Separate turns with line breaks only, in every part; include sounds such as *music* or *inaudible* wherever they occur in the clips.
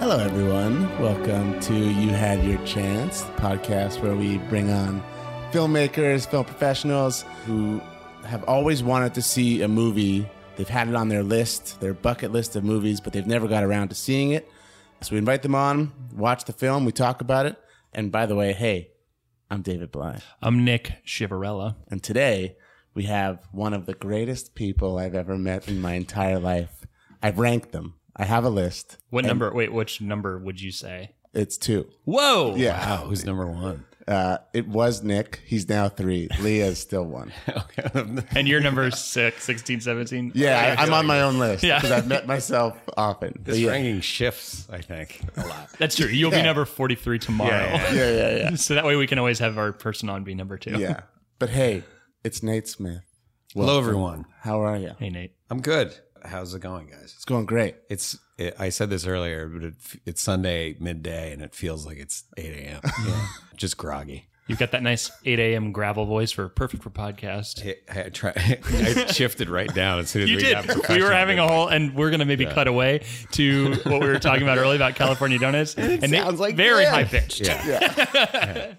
Hello, everyone. Welcome to You Had Your Chance, the podcast where we bring on filmmakers, film professionals who have always wanted to see a movie. They've had it on their list, their bucket list of movies, but they've never got around to seeing it. So we invite them on, watch the film, we talk about it. And by the way, hey, I'm David Bly.
I'm Nick Chivarella.
And today we have one of the greatest people I've ever met in my entire life. I've ranked them. I have a list.
What number? Wait, which number would you say?
It's two.
Whoa!
Yeah.
Wow, who's number *laughs* one?
Uh, it was Nick. He's now three. Leah's still one.
And you're number six, 16, 17?
*laughs* Yeah, I, I'm on my own list
Yeah.
because I've met myself often. But
This
yeah.
ranking shifts, I think, a
*laughs*
lot.
That's true. You'll
Yeah.
be number 43 tomorrow.
Yeah,
yeah, yeah, yeah,
*laughs* so that way we can always have our person on be number two.
yeah. But hey, it's Nate Smith.
Hello, everyone.
How are you?
Hey, Nate.
I'm good. How's it going, guys?
It's going great.
It's. It, I said this earlier, but it, it's Sunday midday, and it feels like it's 8
*laughs*
a.m. *laughs* Just groggy.
You've got that nice 8 a.m. gravel voice for perfect for podcast.
I, I try. *laughs* I shifted right down as soon as
You
we
did.
got
We were
professional.
having a whole, and we're going to maybe cut away to what we were talking about earlier about
*laughs*
California donuts. and Nate-
sounds like
very
that.
high pitched.
Yeah.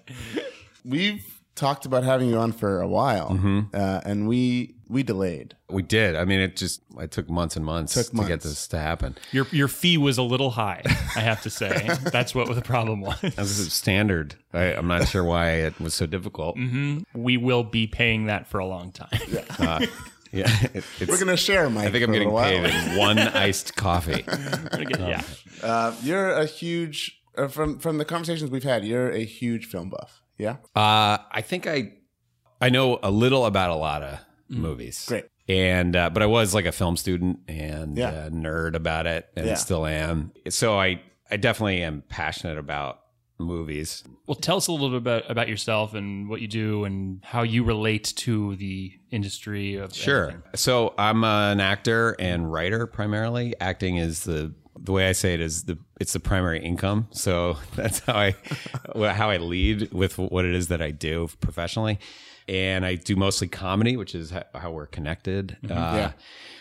We've talked about having you on for a while,
Mm-hmm.
uh, and we we delayed.
We did. I mean, it just. I took months and months
Took
to get
months.
this to happen.
Your your fee was a little high, I have
*laughs*
to say. That's what the problem was.
This is standard. I, I'm not sure why it was so difficult.
Mm-hmm. We will be paying that for a long time.
Yeah. It, it's,
We're gonna share, Mike.
I think I'm
for a
getting
while.
paid in one
*laughs*
iced coffee.
We're gonna get- yeah.
Uh, you're a huge uh, from from the conversations we've had. You're a huge film buff. Yeah,
Uh, I think I I know a little about a lot of movies.
Mm. Great.
And uh, but I was like a film student and
Yeah.
uh, nerd about it, and
Yeah.
still am. So I I definitely am passionate about movies.
Well, tell us a little bit about, about yourself and what you do and how you relate to the industry of everything.
So I'm an actor and writer primarily. Acting is the the way I say it is the it's the primary income. So *laughs* that's how I well, how I lead with what it is that I do professionally. And I do mostly comedy, which is ho- how we're connected. Uh,
Mm-hmm. Yeah.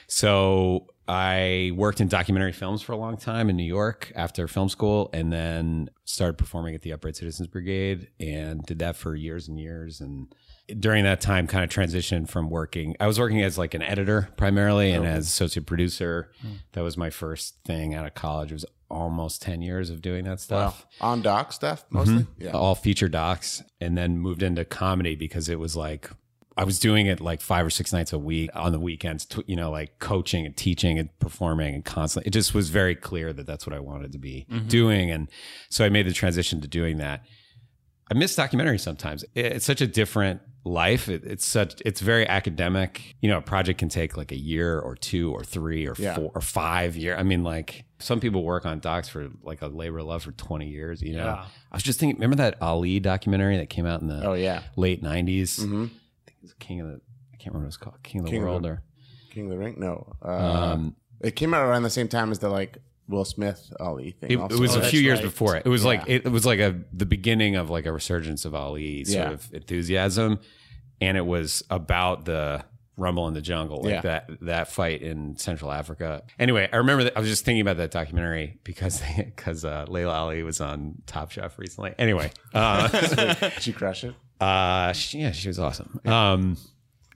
So I worked in documentary films for a long time in New York after film school, and then started performing at the Upright Citizens Brigade, and did that for years and years. And during that time, kind of transitioned from working. I was working as like an editor primarily, and as associate producer. That was my first thing out of college. It was almost ten years of doing that stuff
on doc stuff mostly. Yeah,
all feature docs and then moved into comedy because it was like I was doing it like five or six nights a week on the weekends, tw- you know, like coaching and teaching and performing and constantly. It just was very clear that that's what I wanted to be
Mm-hmm.
doing. And so I made the transition to doing that. I miss documentaries sometimes. It- It's such a different life. It, it's such, it's very academic. You know, a project can take like a year or two or three or
Yeah.
four or five year. I mean, like some people work on docs for like a labor of love for 20 years, you know?
Yeah.
I was just thinking, remember that Ali documentary that came out in the
Oh yeah,
late 90s? I think
Mhm.
it was King of the, I can't remember what it was called, Mm-hmm. King of the
King of
World
the-
or,
King of the Ring. No, uh,
um,
It came out around the same time as the like Will Smith Ali thing.
it,
also.
it was
Oh,
a
that's
few years
right.
before it. It was like,
Yeah.
it, was like a, the beginning of like a resurgence of Ali sort
Yeah.
of enthusiasm. And it was about the rumble in the jungle, like
Yeah.
that, that fight in Central Africa. Anyway, I remember that I was just thinking about that documentary because, *laughs* because, uh, Layla Ali was on Top Chef recently. Anyway, uh,
Did she crush it?
Uh, she, yeah, she was awesome. Um,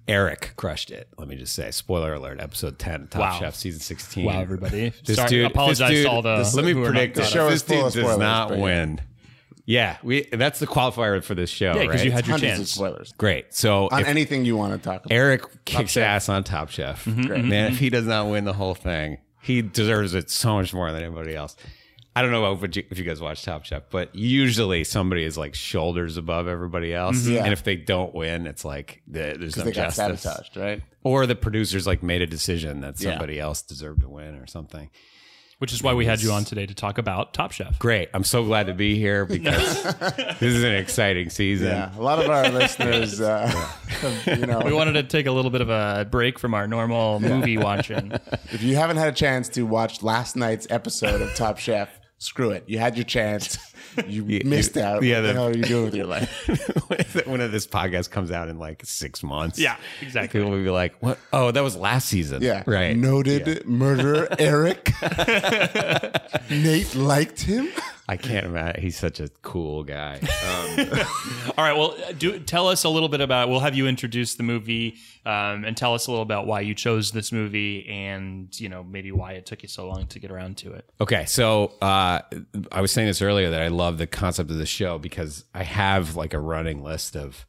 Eric crushed it. Let me just say, spoiler alert: episode ten, Top
Wow.
Chef, season sixteen.
Wow, everybody.
This
Sorry,
dude,
apologize
this dude,
to all the.
Let me
who are not
predict
caught
this.
up.
show is
This
full
dude
of
does
spoilers,
not
but yeah.
win. Yeah, we. That's the qualifier for this show,
Yeah,
right?
because you had your
Hundreds of
chance.
spoilers
Great. So
on
if
anything you want to talk about.
Eric kicks ass on Top Chef,
Mm-hmm.
man, if he does not win the whole thing, he deserves it so much more than anybody else. I don't know about what you, if you guys watch Top Chef, but usually somebody is like shoulders above everybody else,
Mm-hmm. Yeah.
and if they don't win, it's like the, there's no
They got
justice
sabotaged, right?
or the producers like made a decision that
Yeah.
somebody else deserved to win or something.
Which is why we had you on today to talk about Top Chef.
Great. I'm so glad to
*laughs*
be here because this is an exciting season.
Yeah, a lot of our listeners, uh, *laughs* you know,
We wanted to take a little bit of a break from our
*laughs*
normal movie watching.
if you haven't had a chance to watch last night's episode of Top Chef, screw it. You had your chance. You missed out.
*laughs* yeah,
what the
the-
hell are you doing
*laughs*
with your life?
*laughs* when this podcast comes out in like six months.
Yeah, exactly.
People will be like, what? Oh, that was last season.
Yeah.
Right.
Noted
*laughs*
murderer Eric. Nate liked him.
I can't imagine. He's such a cool guy.
All right. Well, uh, do tell us a little bit about. We'll have you introduce the movie um, and tell us a little about why you chose this movie and you know maybe why it took you so long to get around to it.
Okay, so uh, I was saying this earlier that I love the concept of the show because I have like a running list of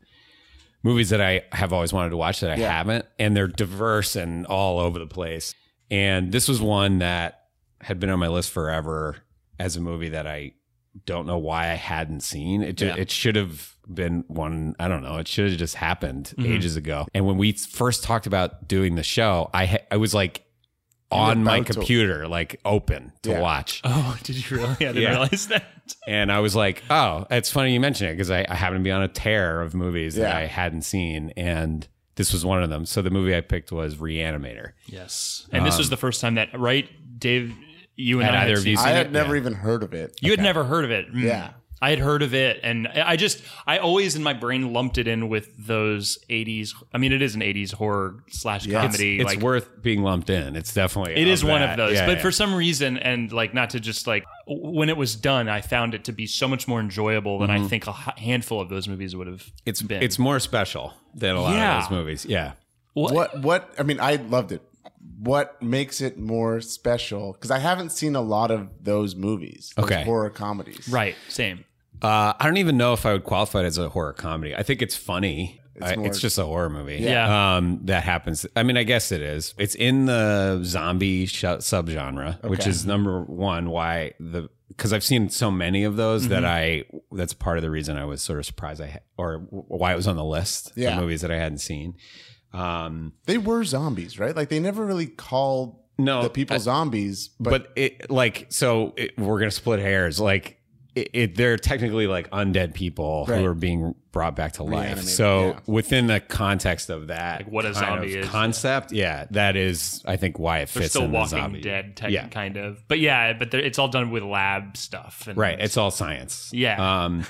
movies that I have always wanted to watch that I haven't, and they're diverse and all over the place. And this was one that had been on my list forever as a movie that I don't know why I hadn't seen. It ju- it should have been one. I don't know. It should have just happened
Mm-hmm.
ages ago. And when we first talked about doing the show, I ha- I was like on my
about to-
computer, like open to
Yeah.
watch.
*laughs* Oh, did you really? I didn't
Yeah.
realize that.
And I was like, oh, it's funny you mention it because I, I happen to be on a tear of movies that
Yeah.
I hadn't seen. And this was one of them. So the movie I picked was Reanimator.
Yes. And this was the first time that right, Dave. You and
Um, Had
I
either of
seen
you
it.
I
seen
had
it?
never even heard of it.
You had never heard of it. Mm.
Yeah.
I had heard of it, and I I just, I always in my brain lumped it in with those 80s. I mean, it is an 80s horror slash
Yeah. It's-
comedy.
It's
like,
worth being lumped in. It's definitely
it is one
that.
of those.
Yeah,
but
yeah.
for some reason, and like not to just like, when it was done, I found it to be so much more enjoyable than
Mm-hmm.
I think a h- handful of those movies would have
it's
been.
it's more special than a lot
Yeah.
of those movies. Yeah.
What what I mean, I loved it. What makes it more special? Because I haven't seen a lot of those movies. those
Okay.
Horror comedies.
right. Same.
Uh, I don't even know if I would qualify it as a horror comedy. I think it's funny. I- It's,
more-
just a horror movie.
Yeah.
Um, that happens. I mean, I guess it is. It's in the zombie sh- subgenre, which
Okay.
is number one. Why the? Because I've seen so many of those that I. That's part of the reason I was sort of surprised I ha- or w- why it was on the list. for
Yeah.
movies that I hadn't seen. Um,
They were zombies, right? Like they never really called
Oh,
No,
the people
I-
zombies, but,
but, it like so it, we're gonna split hairs like it, it they're technically like undead people
Right.
who are being brought back to life
Reanimated,
so
yeah.
within the context of that
Like what a
kind
zombie
of
is,
concept yeah. that is i think why it
They're
fits
still
in the
Walking
zombie
Dead, tech,
yeah
kind of. But yeah, but they're- it's all done with lab stuff. And
right it's all science
Yeah. *laughs*
um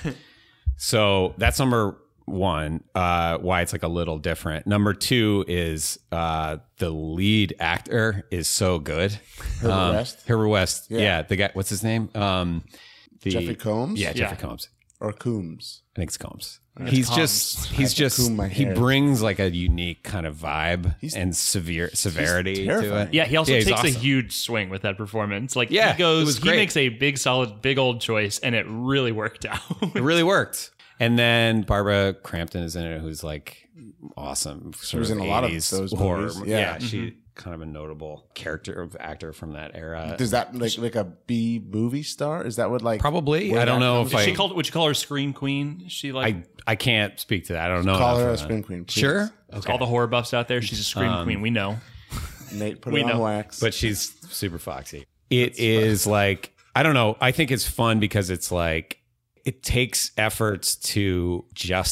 so that's number one uh why it's like a little different number two is uh the lead actor is so good Um,
Herbert West?
Herbert West yeah.
Yeah.
the guy what's his name um the,
Jeffrey Combs?
yeah Jeffrey
Yeah.
Combs
or Coombs.
I think it's Combs he's
Combs.
just he's just
comb my
he
hair.
brings like a unique kind of vibe and severe severity to
terrifying.
it
Yeah, he also
he's
takes a
awesome.
huge swing with that performance. Like
Yeah,
he
it
goes,
was
he
great.
makes a big solid, big old choice, and it really worked *laughs* out.
it really worked. And then Barbara Crampton is in it, who's like awesome. She
was in a lot of those
horror.
movies.
Yeah,
Yeah. Mm-hmm.
she kind of a notable character of actor from that era.
Does that like like a B movie star? Is that what like
Probably.
Where
I don't
that
know
comes
if
Is
I,
she called would you call her Scream Queen? Is She like
I. I can't speak to that. I don't know.
call
enough
her a
about
scream
it.
queen? please?
Sure.
all the horror buffs out there? She's a Scream
Um,
Queen. We know.
Nate, put
We
it on
know.
wax.
but she's super foxy. It is like I don't know. I think it's fun because it's like it takes efforts to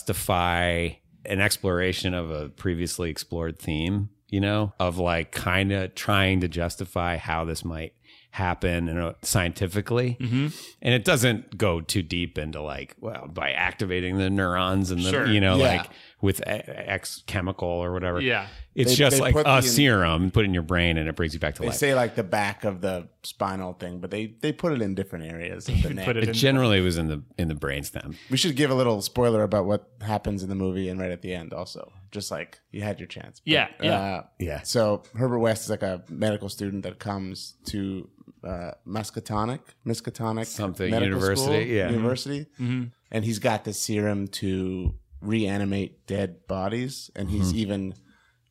justify an exploration of a previously explored theme, you know, of like kind of trying to justify how this might happen you know, scientifically.
Mm-hmm.
And it doesn't go too deep into like, well, by activating the neurons and the,
Sure.
you know,
Yeah.
like with e- X chemical or whatever.
Yeah.
It's
They-
just
they
like
put the-
a serum put in your brain and it brings you back to
They
life.
say like the back of the spinal thing, but they they put it in different areas. Of the neck.
Put it
It
in.
generally was in the in the brainstem.
We should give a little spoiler about what happens in the movie and right at the end, also. Just like you had your chance. But,
Yeah, yeah.
Uh,
Yeah.
So Herbert West is like a medical student that comes to uh, Muscatonic, Miskatonic,
Something,
Medical
university,
School,
yeah.
university,
Mm-hmm.
and he's got the serum to reanimate dead bodies, and he's
Mm-hmm.
even,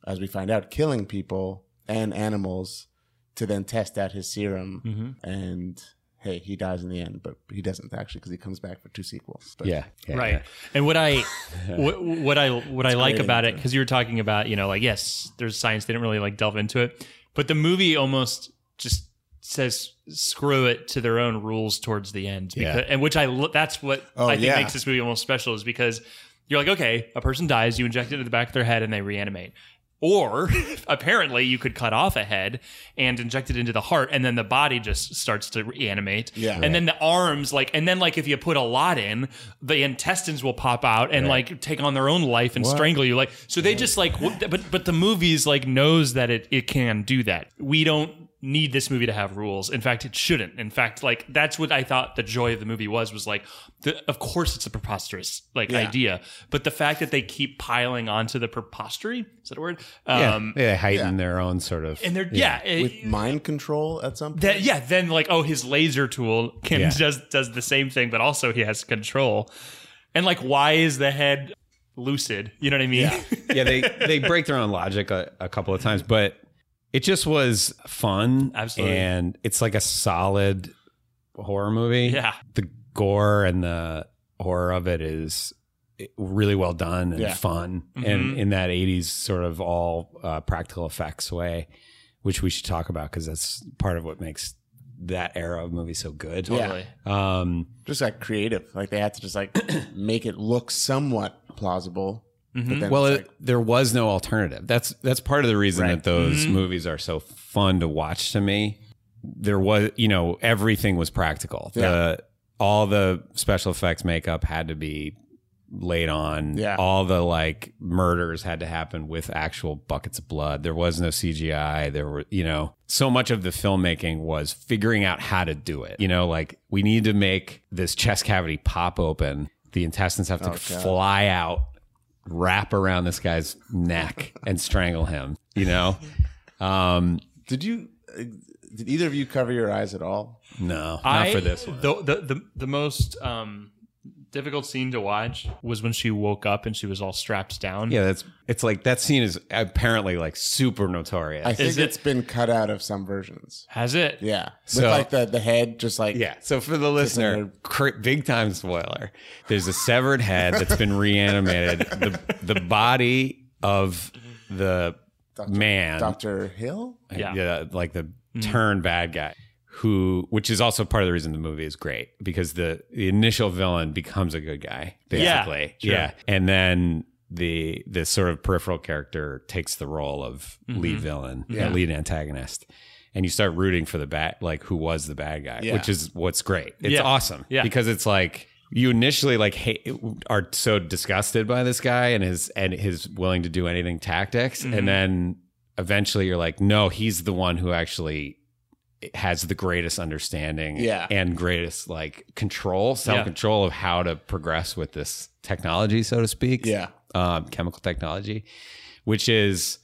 as we find out, killing people and animals to then test out his serum
Mm-hmm.
and. Hey, he dies in the end, but he doesn't actually because he comes back for two sequels. But
Yeah. yeah,
right.
yeah.
And what
*laughs*
I what, what I what I like
great
about it because you were talking about you know like yes, there's science. They didn't really like delve into it, but the movie almost just says screw it to their own rules towards the end.
Yeah.
Because, and which I lo- that's what
Oh,
I think
yeah.
makes this movie almost special is because you're like okay, a person dies, you inject it into the back of their head, and they reanimate. Or *laughs* apparently, you could cut off a head and inject it into the heart, and then the body just starts to reanimate.
Yeah.
And then the arms, like, and then like if you put a lot in, the intestines will pop out and like take on their own life and strangle you. Like, so they just like, w- but but the movies like knows that it it can do that. We don't need this movie to have rules. In fact, it shouldn't. In fact, like that's what I thought the joy of the movie was was like the, of course it's a preposterous like idea, but the fact that they keep piling onto the prepostery, is that a word?
Yeah,
Um
they heighten their own sort of.
and they're yeah, it-
with mind control at some point.
that yeah, then like oh his laser tool can
Yeah.
does does the same thing but also he has control. And like why is the head lucid? You know what I mean?
yeah, *laughs* they they break their own logic a, a couple of times, but it just was fun.
Absolutely.
and it's like a solid horror movie.
*laughs* Yeah.
the gore and the horror of it is really well done and
Yeah.
fun,
Mhm.
and in that '80s sort of all uh, practical effects way, which we should talk about because that's part of what makes that era of movies so good.
Totally.
Um,
just like creative. Like they had to just
*clears throat*
like make it look somewhat plausible.
Mm-hmm.
But then
Hmm. Mm-hmm. well,
it's
it, there was no alternative. That's that's part of the reason that those movies are so fun to watch to me. There was, you know, everything was practical. The all the special effects makeup had to be laid on.
Yeah.
All the like murders had to happen with actual buckets of blood. There was no CGI. There were, you know, so much of the filmmaking was figuring out how to do it. You know, like we need to make this chest cavity pop open. The intestines have to fly out wrap around this guy's neck and strangle him.
*laughs*
You know? Um,
like- did you? uh, Did either of you cover your eyes at all?
no, not
I-
for this one.
The, the, the, the most um, difficult scene to watch was when she woke up and she was all strapped down.
Yeah, that's it's like that scene is apparently like super notorious.
I think
it-
it's been cut out of some versions.
Has it?
Yeah,
So-
with like the the head, just like
yeah. So for the listener, cr- big time spoiler. There's a severed head that's been reanimated. the the body of the man
Doctor Hill.
Yeah. Mm-hmm.
yeah. like the turn bad guy who which is also part of the reason the movie is great because the, the initial villain becomes a good guy
Yeah,
basically
sure.
and then the the sort of peripheral character takes the role of
Mm-hmm.
lead villain
Yeah.
uh, lead antagonist and you start rooting for the bad like who was the bad guy
Yeah.
which is what's great it's
Yeah.
awesome
Yeah.
because it's like you initially like hate, are so disgusted by this guy and his and his willing to do anything tactics
Mm-hmm.
and then eventually you're like no he's the one who actually has the greatest understanding
Yeah.
and greatest like control self-control of how to progress with this technology so to speak
Yeah,
um, chemical technology which is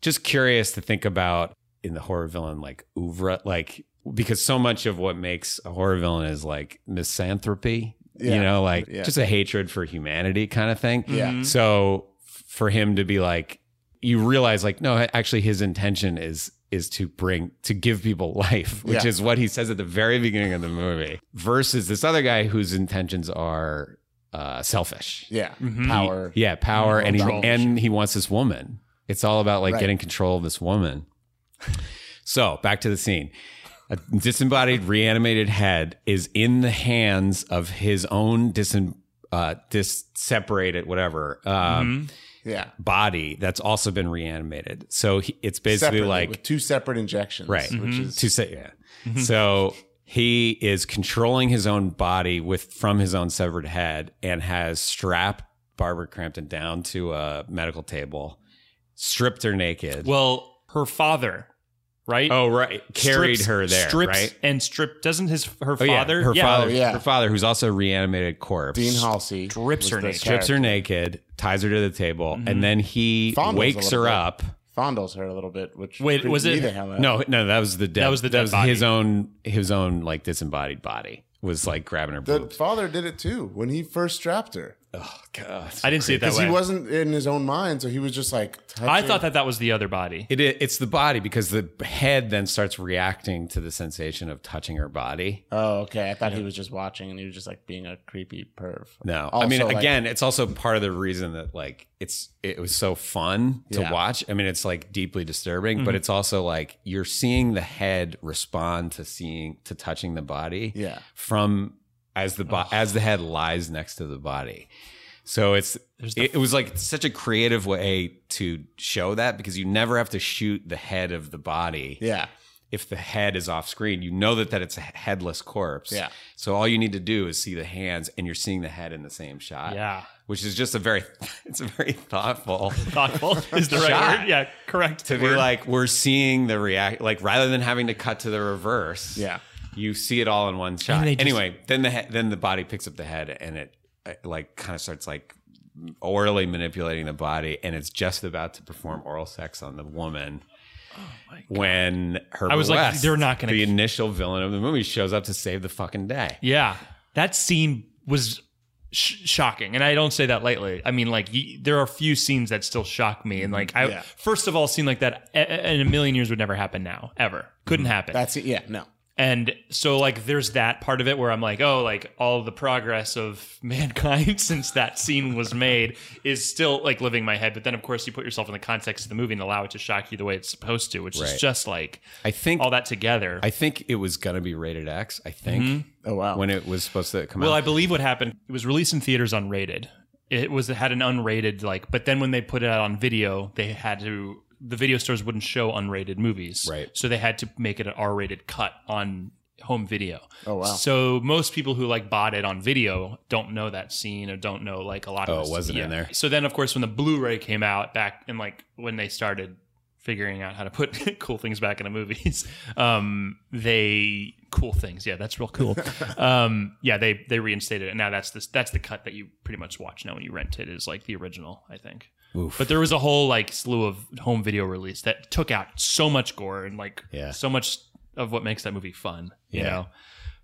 just curious to think about in the horror villain like oeuvre like because so much of what makes a horror villain is like misanthropy
Yeah.
you know like
Yeah.
just a hatred for humanity kind of thing
yeah.
Mhm.
so f- for him to be like you realize like no actually his intention is is to bring to give people life *laughs* which
Yeah.
is what he says at the very beginning of the movie versus this other guy whose intentions are uh selfish
yeah.
Mhm.
Power.
yeah, power, and he
Control.
and he wants this woman. It's all about like
Right.
getting control of this woman. So back to the scene. A disembodied, reanimated head is in the hands of his own disem uh, dis separated whatever
Mm-hmm.
um,
yeah.
body that's also been reanimated. So he, it's basically
Separately,
like
with two separate injections,
Right. Mm-hmm.
Which is
to say yeah.
Mm-hmm.
*laughs* so he is controlling his own body with from his own severed head and has strapped Barbara Crampton down to a medical table, stripped her naked.
Well, her father, right?
oh right, carried
Strips-
her there,
Strips
right?
and strip. Doesn't his her
Oh, yeah,
father?
her father,
yeah.
her father, who's also a reanimated corpse,
Dean Halsey
Drips her naked.
Drips
strips her naked, ties her to the table,
Mm-hmm.
and then he
Fondles a
wakes
little
her
bit.
up.
fondles her a little bit. Which
Wait,
freaked
was
me
it-
the hell out.
No, no, that was the dead.
That was the dead body.
his own his own like disembodied body was like grabbing her
the
boobs.
father did it too when he first strapped her.
Oh god,
I didn't see it that
Because
way.
he wasn't in his own mind, so he was just like.
I thought that that was the other body.
It, i- it's the body because the head then starts reacting to the sensation of touching her body.
Oh, okay. I thought he was just watching, and he was just like being a creepy perv.
No, I
Also,
mean
like-
again, it's also part of the reason that like it's it was so fun to
Yeah. Mm-hmm.
watch. I mean, it's like deeply disturbing, but it's also like you're seeing the head respond to seeing to touching the body
Yeah.
from as the bo- as the head lies next to the body. So it's
There's the-
it, it was like such a creative way to show that because you never have to shoot the head of the body.
Yeah.
If the head is off screen, you know that that it's a headless corpse.
Yeah.
So all you need to do is see the hands, and you're seeing the head in the same shot.
Yeah.
Which is just a very *laughs* it's a very thoughtful
Thoughtful *laughs* is the right
Shot.
word. Yeah, correct.
to be
word.
like we're seeing the react like rather than having to cut to the reverse
Yeah.
you see it all in one shot
And they just-
anyway then the he- then the body picks up the head and it uh, like kind of starts like orally manipulating the body and it's just about to perform oral sex on the woman when her
Oh I was like, they're not gonna-
the initial villain of the movie shows up to save the fucking day
Yeah, that scene was sh- shocking, and I don't say that lightly. I mean, like y- there are few scenes that still shock me, and like I
Yeah.
first of all, a scene like that a- a- in a million years would never happen now, ever couldn't happen.
That's it. Yeah. No.
and so like there's that part of it where I'm like, oh, like all the progress of *laughs* mankind since that scene was made is still like living in my head. But then of course you put yourself in the context of the movie and allow it to shock you the way it's supposed to, which
Right.
is just like
i think
all that together.
i think it was gonna be rated x i think
Oh wow.
when it was supposed to
Mm-hmm.
come
Well,
out
I believe what happened. It was released in theaters unrated. It was it had an unrated like, but then when they put it out on video, they had to the video stores wouldn't show unrated movies,
Right.
So they had to make it an R-rated cut on home video.
Oh, wow.
So most people who like bought it on video don't know that scene or don't know like a lot
Oh,
of.
it
this-
wasn't in there.
So then, of course, when the Blu-ray came out back and like when they started figuring out how to put *laughs* cool things back into movies. *laughs* Um, they cool things, yeah, that's real
*laughs*
cool. um, yeah, they they reinstated it, and now that's this that's the cut that you pretty much watch now when you rent it is like the original, I think.
Oof.
But there was a whole like slew of home video release that took out so much gore and like
Yeah.
so much of what makes that movie fun, you
Yeah.
know.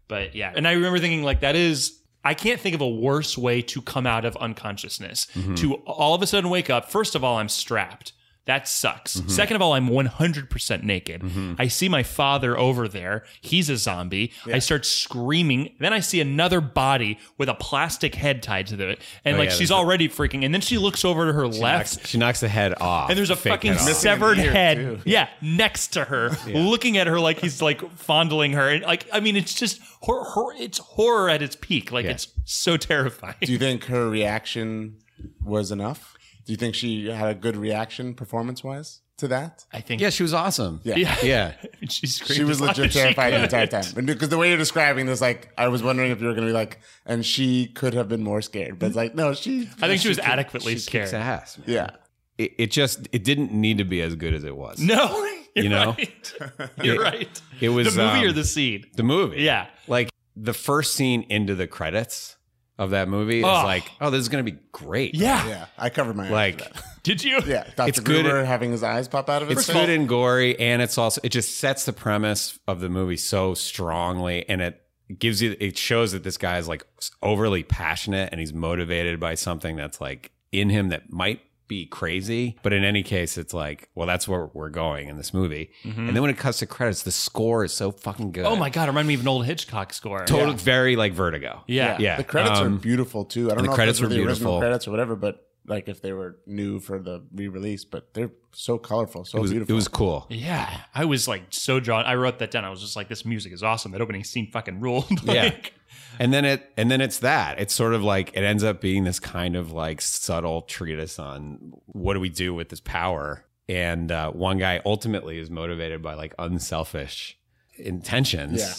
But yeah, and I remember thinking like that is I can't think of a worse way to come out of unconsciousness
Mm-hmm.
to all of a sudden wake up. First of all, I'm strapped. That sucks.
Mm-hmm.
Second of all, I'm 100% naked. I see my father over there. He's a zombie. I start screaming. Then I see another body with a plastic head tied to it. And
Oh,
like
yeah,
she's
that's-
already freaking. And then she looks over to her left
Knocks- she knocks the head off
and there's a
fake
fucking
head off.
severed
Missing an ear,
head
too.
yeah next to her looking at her like he's like fondling her and like i mean it's just hor- hor- it's horror at its peak like
Yeah.
it's so terrifying
Do you think her reaction was enough? Do you think she had a good reaction performance wise to that?
i think *laughs*
yeah she was awesome
Yeah.
yeah,
yeah
she,
She was legit terrified the entire time. Because the way you're describing this, like, I was wondering if you were going to be like, and she could have been more scared. But it's like, no, she.
i think she was
could-
adequately scared
It's ass. man.
Yeah.
It, it just it didn't need to be as good as it
*laughs*
was.
no you're
You know? *laughs*
right. you're right
It was
the movie
um,
or the scene
the movie.
yeah
Like the first scene into the credits of that movie
Oh.
is like, oh, this is gonna be great.
yeah,
Yeah. I covered my eyes.
Like
for that.
did you
yeah. Dr.
It's good-
Gruber having his eyes pop out of his
it's good and gory, and it's also it just sets the premise of the movie so strongly, and it gives you it shows that this guy is like overly passionate and he's motivated by something that's like in him that might be crazy, but in any case, it's like, well, that's where we're going in this movie. And then when it cuts to credits, the score is so fucking good.
Mm-hmm. oh my god it reminded me of an old hitchcock score
total, very like Vertigo.
yeah
yeah.
The credits
Um,
are beautiful, too. I don't
the
know
credits
if those
were
were the original
beautiful.
credits or whatever, but like if they were new for the re release, but they're so colorful, so
It was, it
beautiful.
was cool.
Yeah, I was like so drawn. I wrote that down. I was just like, this music is awesome. That opening scene fucking ruled. *laughs*
Yeah.
Like,
And then it and then it's that. It's sort of like it ends up being this kind of like subtle treatise on what do we do with this power. And uh, one guy ultimately is motivated by like unselfish intentions.
Yeah.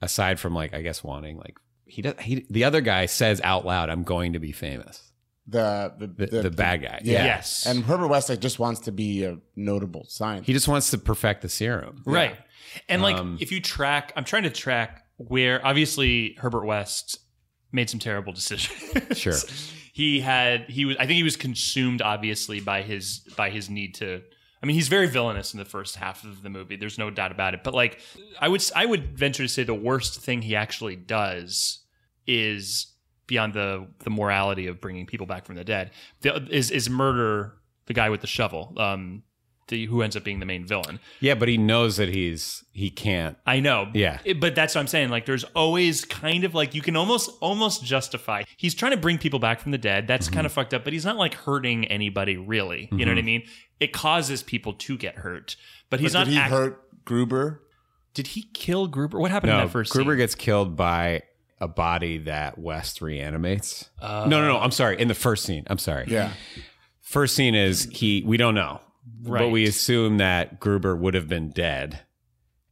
Aside from like I guess wanting like he does he the other guy says out loud, I'm going to be famous.
the, the,
The, the, bad guy.
yeah.
Yes.
And Herbert Westlake just wants to be a notable scientist.
He just wants to perfect the serum.
right. And like,
Um,
if you track, I'm trying to track where obviously Herbert West made some terrible decisions.
Sure.
*laughs* He had he was I think he was consumed obviously by his by his need to. I mean, he's very villainous in the first half of the movie. There's no doubt about it. But like, I would s- I would venture to say the worst thing he actually does is beyond the the morality of bringing people back from the dead the, is is murder the guy with the shovel um the who ends up being the main villain
Yeah, but he knows that he's he can't.
I know.
Yeah.
It- but that's what I'm saying. Like, there's always kind of like you can almost almost justify. He's trying to bring people back from the dead. That's
Mm-hmm.
kind of fucked up. But he's not like hurting anybody really. You know what I mean? It causes people to get hurt. But he's
But
not.
did he
act-
hurt Gruber?
Did he kill Gruber? What happened in
No,
that first?
Gruber
scene?
gets killed by a body that West reanimates.
Uh,
no, no, no. I'm sorry. In the first scene, I'm sorry.
Uh, Yeah.
First scene is he. We don't know, but
Right.
we assume that Gruber would have been dead,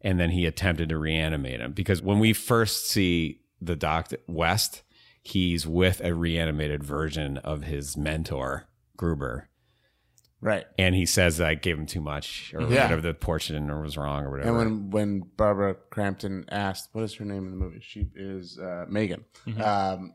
and then he attempted to reanimate him because when we first see the doctor West, he's with a reanimated version of his mentor Gruber,
Right.
and he says that I gave him too much or
Yeah.
whatever the portion was wrong or whatever.
And when, when Barbara Crampton asked, what is her name in the movie? She is uh, Megan.
Mhm.
Um,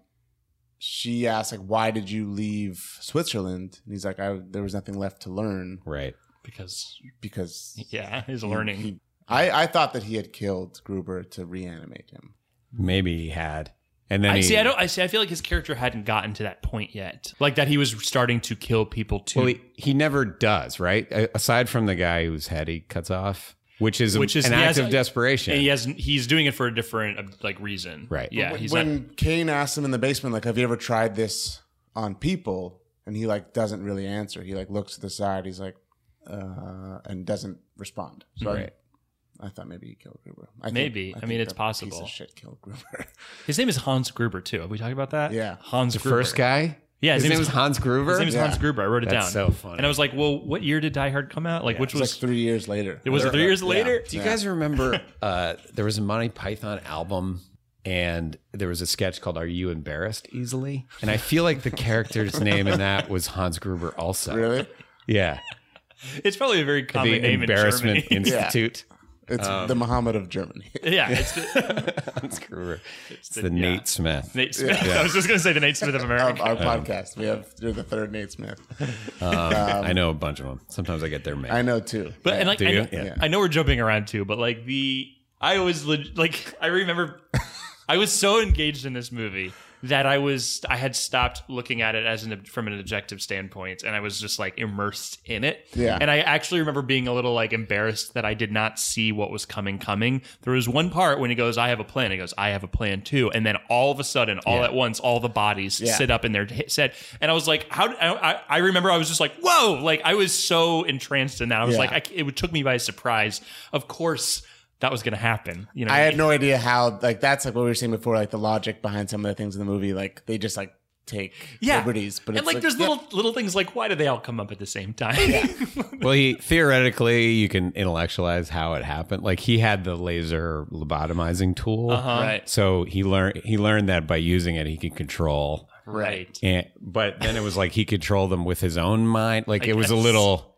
she asked, like, why did you leave Switzerland? And he's like, I, there was nothing left to learn
right.
because
because
yeah, his
he-
learning.
he- I, I thought that he had killed Gruber to reanimate him.
Maybe he had. And then
I
he,
see. I don't. I see. I feel like his character hadn't gotten to that point yet. Like that he was starting to kill people too,
Well, he, he never does, right? A- aside from the guy whose head he cuts off, which is,
Which is-
an
he
act
has-
of desperation.
and he hasn't. He's doing it for a different uh, like reason.
Right.
Yeah.
When-
He's
when
not.
Kane asks him in the basement, like, have you ever tried this on people? And he like doesn't really answer. He like looks to the side. He's like, uh, and doesn't respond. So I-
Right.
I, thought maybe he killed Gruber. I think-
Maybe. I mean,
think
it's
that piece of
possible.
shit killed Gruber. *laughs*
His name is Hans Gruber too. Have we talked about that?
Yeah.
Hans
the
Gruber.
first guy?
Yeah,
His, name was Hans Gruber?
His name is
Yeah.
Hans Gruber. I wrote it
That's
down.
so funny.
And I was like, well, what year did Die Hard come out? Like, which
It was
was
like three years later.
it was
Or-
three years
yeah.
later.
Do you
*laughs*
guys remember uh, there was a Monty Python album and there was a sketch called Are You Embarrassed Easily? And I feel like the character's name in that was Hans Gruber
*laughs*
also.
Really?
Yeah.
It's probably a very
The
common name
Embarrassment
in Germany. *laughs*
Institute.
It's the Muhammad of Germany. *laughs*
*laughs* yeah, it's the,
Hans Gruber. It's the,
the- yeah.
Nate Smith.
Nate Smith. I was just gonna say the Nate Smith of
Our,
America.
our podcast. We have you're the third Nate Smith.
I know a bunch of them. Sometimes I get their
I
name.
know too.
But and like
Do
I,
you?
know,
Yeah.
I know we're jumping around too, but like the I was leg- like I remember I was so engaged in this movie that I was I had stopped looking at it as an from an objective standpoint and I was just like immersed in it.
Yeah.
And I actually remember being a little like embarrassed that I did not see what was coming coming. There was one part when he goes, "I have a plan." He goes, "I have a plan too," and then all of a sudden, all at once, all the bodies
Yeah.
sit up in their t- set, and I was like, "How?" d- I, I- I remember I was just like, "Whoa!" Like I was so entranced in that. I was
Yeah.
like, I, c- it took me by surprise. Of course, that was going to happen. You know,
I had no idea how like that's like what we were saying before, like the logic behind some of the things in the movie. Like they just like take
Yeah.
liberties, but
and
it's
like, there's
yeah,
little little things like, why do they all come up at the same time? *laughs*
well, he theoretically you can intellectualize how it happened. Like he had the laser lobotomizing tool,
Right.
so he learned he learned that by using it he could control.
Right.
And but then it was like he controlled them with his own mind. Like
I
it was a
guess.
little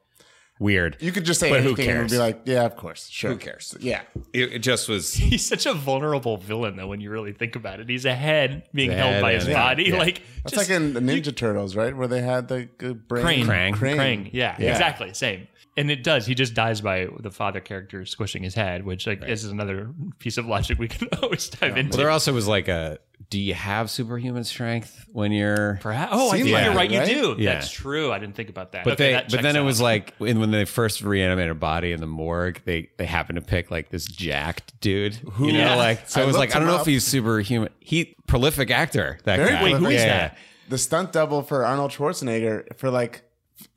weird.
you could just say
But who
anything and it'd be
cares?
like, yeah, of course, sure,
Who cares?
yeah,
It, it just was.
He's such a vulnerable villain, though, when you really think about it. He's a head being
He's a
held
head
by his
and- yeah,
body.
yeah.
Like,
that's like
just
in the Ninja Turtles, right, where they had the good brain
Crane.
Krang.
Crane.
Krang. Yeah,
Yeah.
exactly. Same. And it does. He just dies by the father character squishing his head, which like, is another piece of logic we can *laughs* always dive into.
Well, there also was like a. Do you have superhuman strength when you're?
Perhaps. Oh, I
Seems
think
like
you're
it,
right. You
right?
do.
Yeah.
That's true. I didn't think about that.
But
Okay,
they,
that
but then
checks
it was
out.
like when, when they first reanimated a body in the morgue, they they happened to pick like this jacked dude, who you know,
Yeah.
like so
I
it was
looked
like I don't
him
know
up.
if he's superhuman. He prolific actor. That
Very
guy.
prolific. Wait, who is
yeah.
that?
The stunt double for Arnold Schwarzenegger for like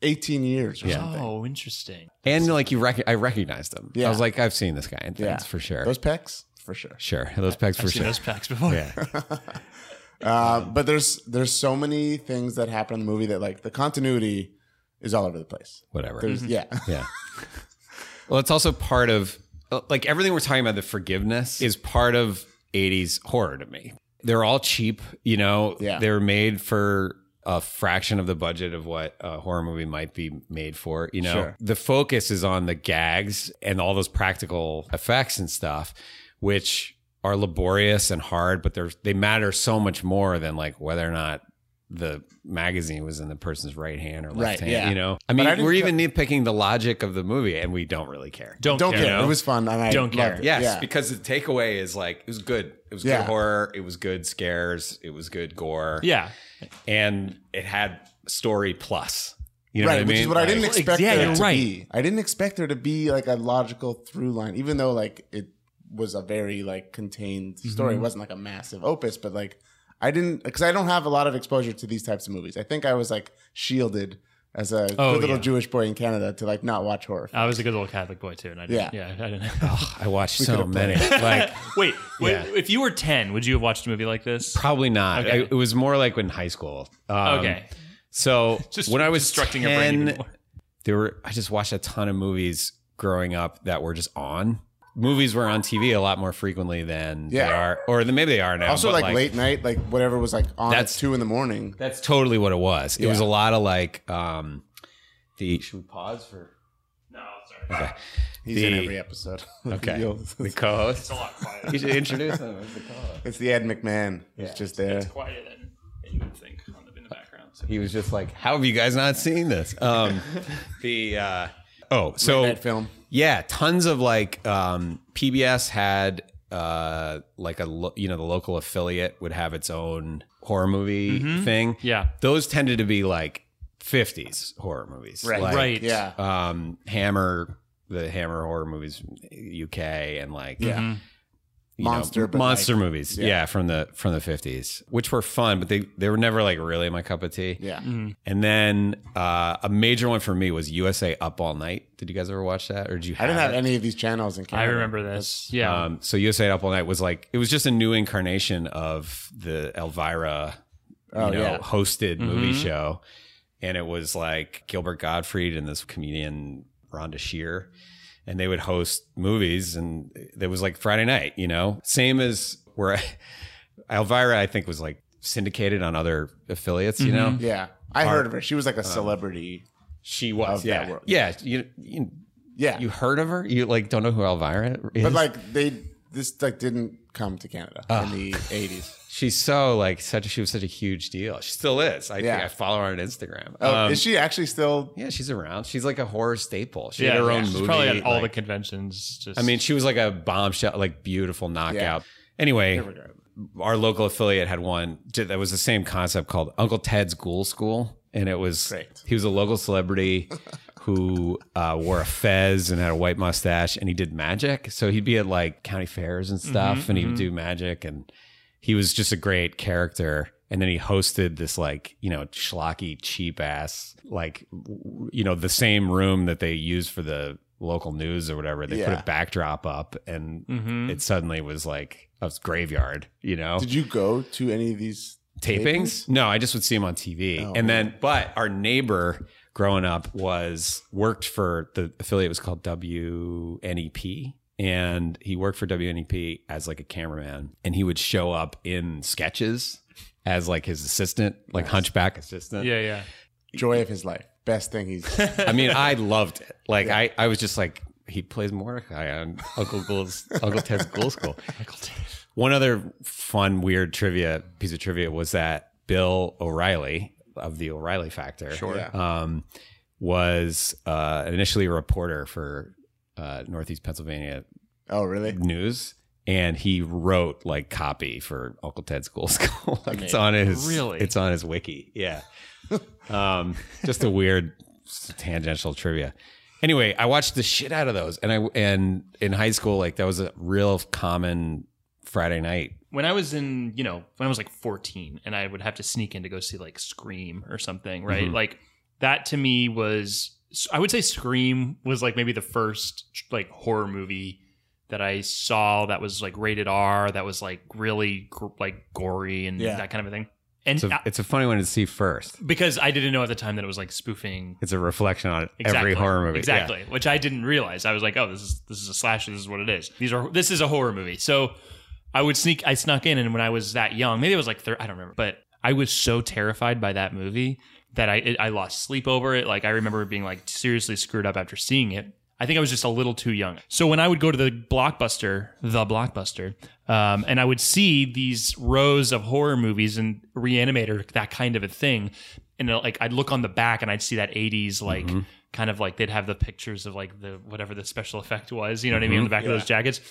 18 years or something.
oh, interesting.
And like you, rec- I recognized him.
Yeah.
I was like, I've seen this guy in things
Yeah.
for sure.
Those pecs, for sure.
sure, those pecs for
I've seen
sure.
those packs before.
Yeah.
Uh, but there's there's so many things that happen in the movie that like the continuity is all over the place.
Whatever.
There's
Mm-hmm.
yeah,
Yeah. well, it's also part of like everything we're talking about. The forgiveness is part of '80s horror to me. They're all cheap, you know.
Yeah.
They were made for a fraction of the budget of what a horror movie might be made for. You know,
Sure.
the focus is on the gags and all those practical effects and stuff, which are laborious and hard, but they're they matter so much more than like whether or not the magazine was in the person's right hand or left
Right,
hand.
yeah.
You know, I
But
mean,
I didn't
we're
ca-
even nitpicking the logic of the movie, and we don't really care.
Don't,
don't
care.
care. It was fun. And I
Don't care.
loved it.
Yes,
Yeah.
because the takeaway is like it was good. It was
Yeah.
good horror. It was good scares. It was good gore.
Yeah.
and it had story plus. You know
right,
what I
which
mean?
is what I didn't
Like,
expect
yeah,
there
you're
to
right.
be. I didn't expect there to be like a logical through line, even though like it was a very like contained story.
Mm-hmm.
It wasn't like a massive opus, but like I didn't because I don't have a lot of exposure to these types of movies. I think I was like shielded as a
Oh,
good little
yeah.
Jewish boy in Canada to like not watch horror.
I was a good little Catholic boy too, and I didn't, yeah,
Yeah.
I
*laughs*
didn't.
I watched so many. Oh, Like
*laughs* wait, wait
Yeah.
if you were ten, would you have watched a movie like this?
probably not.
Okay.
I- it was more like in high school. Um,
Okay,
So
*laughs* Just
when I was
destructing your brain
10,
even more.
there were I just watched a ton of movies growing up that were just on. Movies were on TV a lot more frequently than
Yeah.
they are, or then maybe they are now.
also
Uh, but,
like, late night, like whatever was like on at
That's-
two in the morning.
That's totally what it was. It was a
Yeah.
lot of like um, the. Should we pause for?
He's
The-
in every episode. *laughs*
Okay.
You'll-
the co-host.
lot quieter.
You should introduce him. as the co-host.
*laughs* it's the Ed McMahon. He's just there.
quieter than you would think on the, in the background.
He was just like, "How have you guys not seen this?" *laughs* Um, the uh, oh, so
That film.
Yeah, tons of like um, PBS had uh, like a lo- you know the local affiliate would have its own horror movie thing.
Yeah.
those tended to be like fifties horror movies,
Right.
Like,
right.
Yeah.
Um, Hammer, the Hammer horror movies UK, and like
Yeah.
you know,
Monster, but,
monster
like-
movies,
yeah.
yeah. from the from the fifties, which were fun, but they they were never like really my cup of tea.
Yeah.
And then uh, a major one for me was USA Up All Night. Did you guys ever watch that, or did you?
I didn't
it?
have any of these channels in
I
Canada.
remember this. Yeah,
Um, so USA Up All Night was like it was just a new incarnation of the Elvira, you
Oh,
know,
yeah.
hosted movie
Mhm.
show, and it was like Gilbert Gottfried and this comedian Rhonda Shear, and they would host movies, and it was like Friday night, you know, same as where *laughs* Elvira I think was like syndicated on other affiliates, you
Mm-hmm.
know,
Yeah. I heard of her. She was
um,
like a celebrity.
she was,
Of
yeah,
that world.
yeah, you, you
Yeah.
you heard of her, you like don't know who Elvira is,
but like they this like didn't come to Canada
Ah.
in the
*laughs*
eighties.
She's so like such. She was such a huge deal. She still is. I think
Yeah.
I follow her on Instagram.
Oh,
Um,
is she actually still
yeah, she's around. She's like a horror staple. She
yeah.
had her own
she's
movie.
probably at all
like-
the conventions. Just
I mean, she was like a bombshell, like beautiful knockout. Anyway, our local affiliate had one that was the same concept called Uncle Ted's Ghoul School, and it was
Great.
he was a local
*laughs*
celebrity who uh, wore a fez and had a white mustache, and he did magic. So he'd be at like county fairs
Mm-hmm,
and stuff, and he would do magic, and he was just a great character. And then he hosted this like you know schlocky cheap ass like w- you know the same room that they use for the local news or whatever. They
Yeah.
put a backdrop up, and
Mhm.
it suddenly was like a graveyard. You know,
Did you go to any of these
tapings? No, I just would see him on TV.
Oh,
and then, but our neighbor growing up was worked for the affiliate was called WNEP. And he worked for WNEP as like a cameraman and he would show up in sketches as like his assistant, like hunchback assistant.
yeah, yeah.
joy of his life? Best thing
*laughs*
he's
I mean, I loved it. Like I, I was just like, he plays Mordecai on Uncle Ghoul's, Uncle Ted's Ghoul School. One other fun, weird trivia piece of trivia was that Bill O'Reilly of the O'Reilly Factor,
Yeah.
um, was uh, initially a reporter for uh, Northeast Pennsylvania
Oh really?
News. And he wrote like copy for Uncle Ted's Ghoul School. *laughs* like it's on his
Really?
it's on his wiki. Yeah. um, just a weird tangential trivia. Anyway, I watched the shit out of those, and I and in high school like that was a real common Friday night
when I was in, you know, when I was like 14 and I would have to sneak in to go see like Scream or something, right?
Mhm.
Like that to me was, I would say Scream was like maybe the first like horror movie that I saw that was like rated R, that was like really gr- like gory and
Yeah.
that kind of a thing. And
It's a,
I-
it's a funny one to see first.
because I didn't know at the time that it was like spoofing
It's a reflection on
Exactly.
every horror movie.
Exactly, which I didn't realize. I was like, oh, this is this is a slasher. This is what it is. These are this is a horror movie. So I would sneak. I snuck in, and when I was that young, maybe I was like thir- I don't remember, but I was so terrified by that movie that I it, I lost sleep over it. Like I remember being like seriously screwed up after seeing it. I think I was just a little too young. So when I would go to the blockbuster, the blockbuster, um, and I would see these rows of horror movies and Reanimator, that kind of a thing, and uh, like I'd look on the back and I'd see that '80s like
Mm-hmm.
kind of like they'd have the pictures of like the whatever the special effect was, you know what I mean, on the back of those jackets.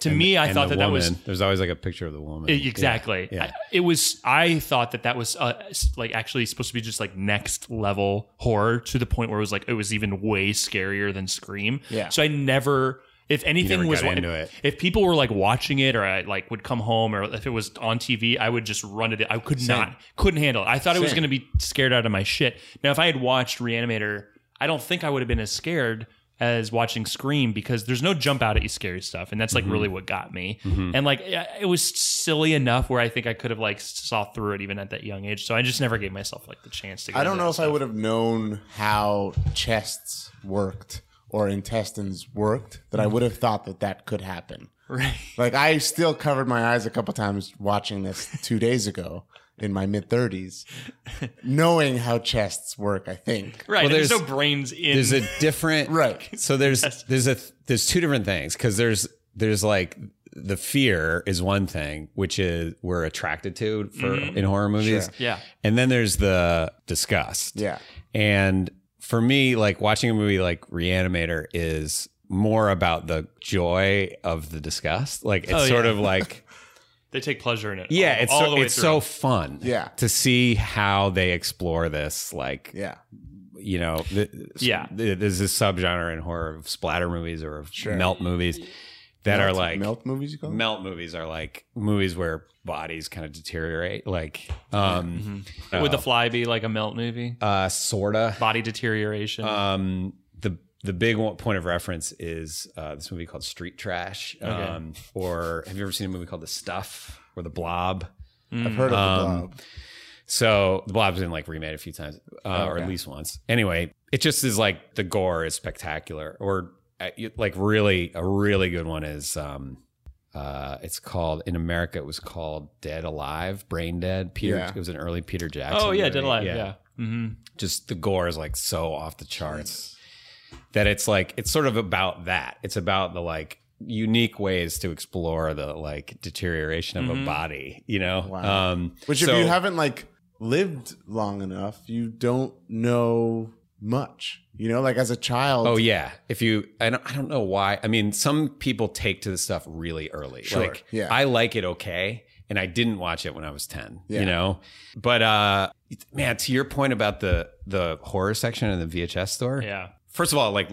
To me, I
Mm-hmm. And
thought
the
that that was
woman. there's always like a picture of the woman.
I- Exactly.
Yeah.
I- it was. I thought that that was uh, s- like actually supposed to be just like next level horror to the point where it was like it was even way scarier than Scream.
Yeah.
So I never If anything
never
was
got into it.
if people were like watching it or I like would come home or if it was on TV, I would just run to it. I could not couldn't handle it. I thought it was
Same.
going to be scared out of my shit. Now if I had watched Reanimator, I don't think I would have been as scared as watching Scream because there's no jump out at you scary stuff and that's like
Mm-hmm.
really what got me. And like I- it was silly enough where I think I could have like saw through it even at that young age. So I just never gave myself like the chance to get
I don't
into
know
that
if I would have known how chests worked or intestines worked that
Hmm.
I would have thought that that could happen.
*laughs* Right.
Like I still covered my eyes a couple times watching this two days ago in my mid thirties, knowing how chests work. I think
Right.
Well,
there's,
there's-
no brains in
there's a different
Right.
So there's there's a there's two different things because there's there's like the fear is one thing which is we're attracted to for in horror movies.
Sure.
Mm-hmm. Yeah.
And then there's the disgust.
Yeah.
And for me, like watching a movie like Reanimator is more about the joy of the disgust. Like it's
Oh,
sort
yeah.
of like
*laughs* They take pleasure in it.
yeah,
all-
it's
all
so,
the way
it's
through.
so fun.
Yeah.
to see how they explore this like
yeah,
you know, th-
Yeah.
th- there's this subgenre in horror of splatter movies or of
Sure.
melt movies that are
Melt-
like melt.
melt movies. You call them?
movies are like movies where bodies kind of deteriorate, like um, uh,
Would the fly be like a melt movie?
uh, sorta.
Body deterioration.
Um, the the big one, point of reference is uh, this movie called Street Trash, um, or have you ever seen a movie called The Stuff or The Blob?
I've heard of
Um,
the blob.
So the blob's been like remade a few times, uh, or at
Oh, Okay.
least once. Anyway, it just is like the gore is spectacular, or uh, you- like really a really good one is. um uh, it's called in America. It was called Dead Alive, Brain Dead. Peter,
Yeah.
it was an early Peter Jackson.
oh yeah,
movie.
Dead Alive. Yeah. hmm
just the gore is like so off the charts that it's like it's sort of about that. It's about the like unique ways to explore the like deterioration of a body. You know,
Mm-hmm. Wow.
um,
Which,
so-
if you haven't like lived long enough, you don't know much. You know, like as a child.
Oh yeah. If you, I don't, I don't know why. I mean, some people take to this stuff really early.
Sure.
Like,
Yeah.
I like it okay, and I didn't watch it when I was ten.
Yeah.
You know, but uh, it- man, to your point about the the horror section in the VHS store.
Yeah.
First of all, like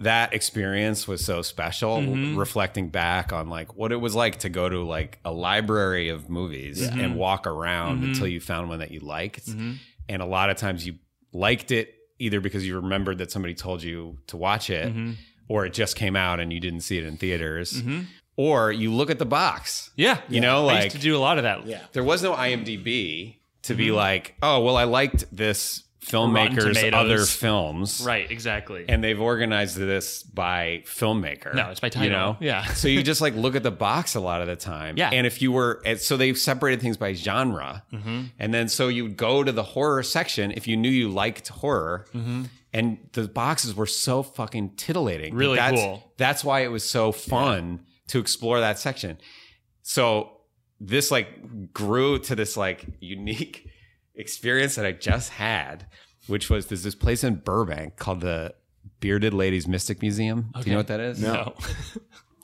that experience was so special. Reflecting back on like what it was like to go to like a library of movies and walk around until you found one that you liked
Mm-hmm.
and a lot of times you liked it either because you remembered that somebody told you to watch it
Mm-hmm.
or it just came out and you didn't see it in theaters or you look at the box
Yeah.
You know,
I
like-
used to do Mm-hmm. a lot of that.
Yeah.
there was no imdb to be like oh well i liked this filmmaker's
Tomatoes.
other films
Right. Exactly.
*laughs* and they've organized this by filmmaker
No, it's by title.
you know
Yeah. *laughs*
so you just like look at the box a lot of the time
Yeah.
and if you were and so they've separated things by genre
Mm-hmm.
and then so you'd go to the horror section if you knew you liked horror
Mm-hmm.
and the boxes were so fucking titillating
Really
that's,
cool.
that's why it was so fun to explore that section so this like grew to this like unique *laughs* experience that I just had, which was there's this place in Burbank called the Bearded Ladies Mystic Museum. Do you know what that is? *laughs*
no.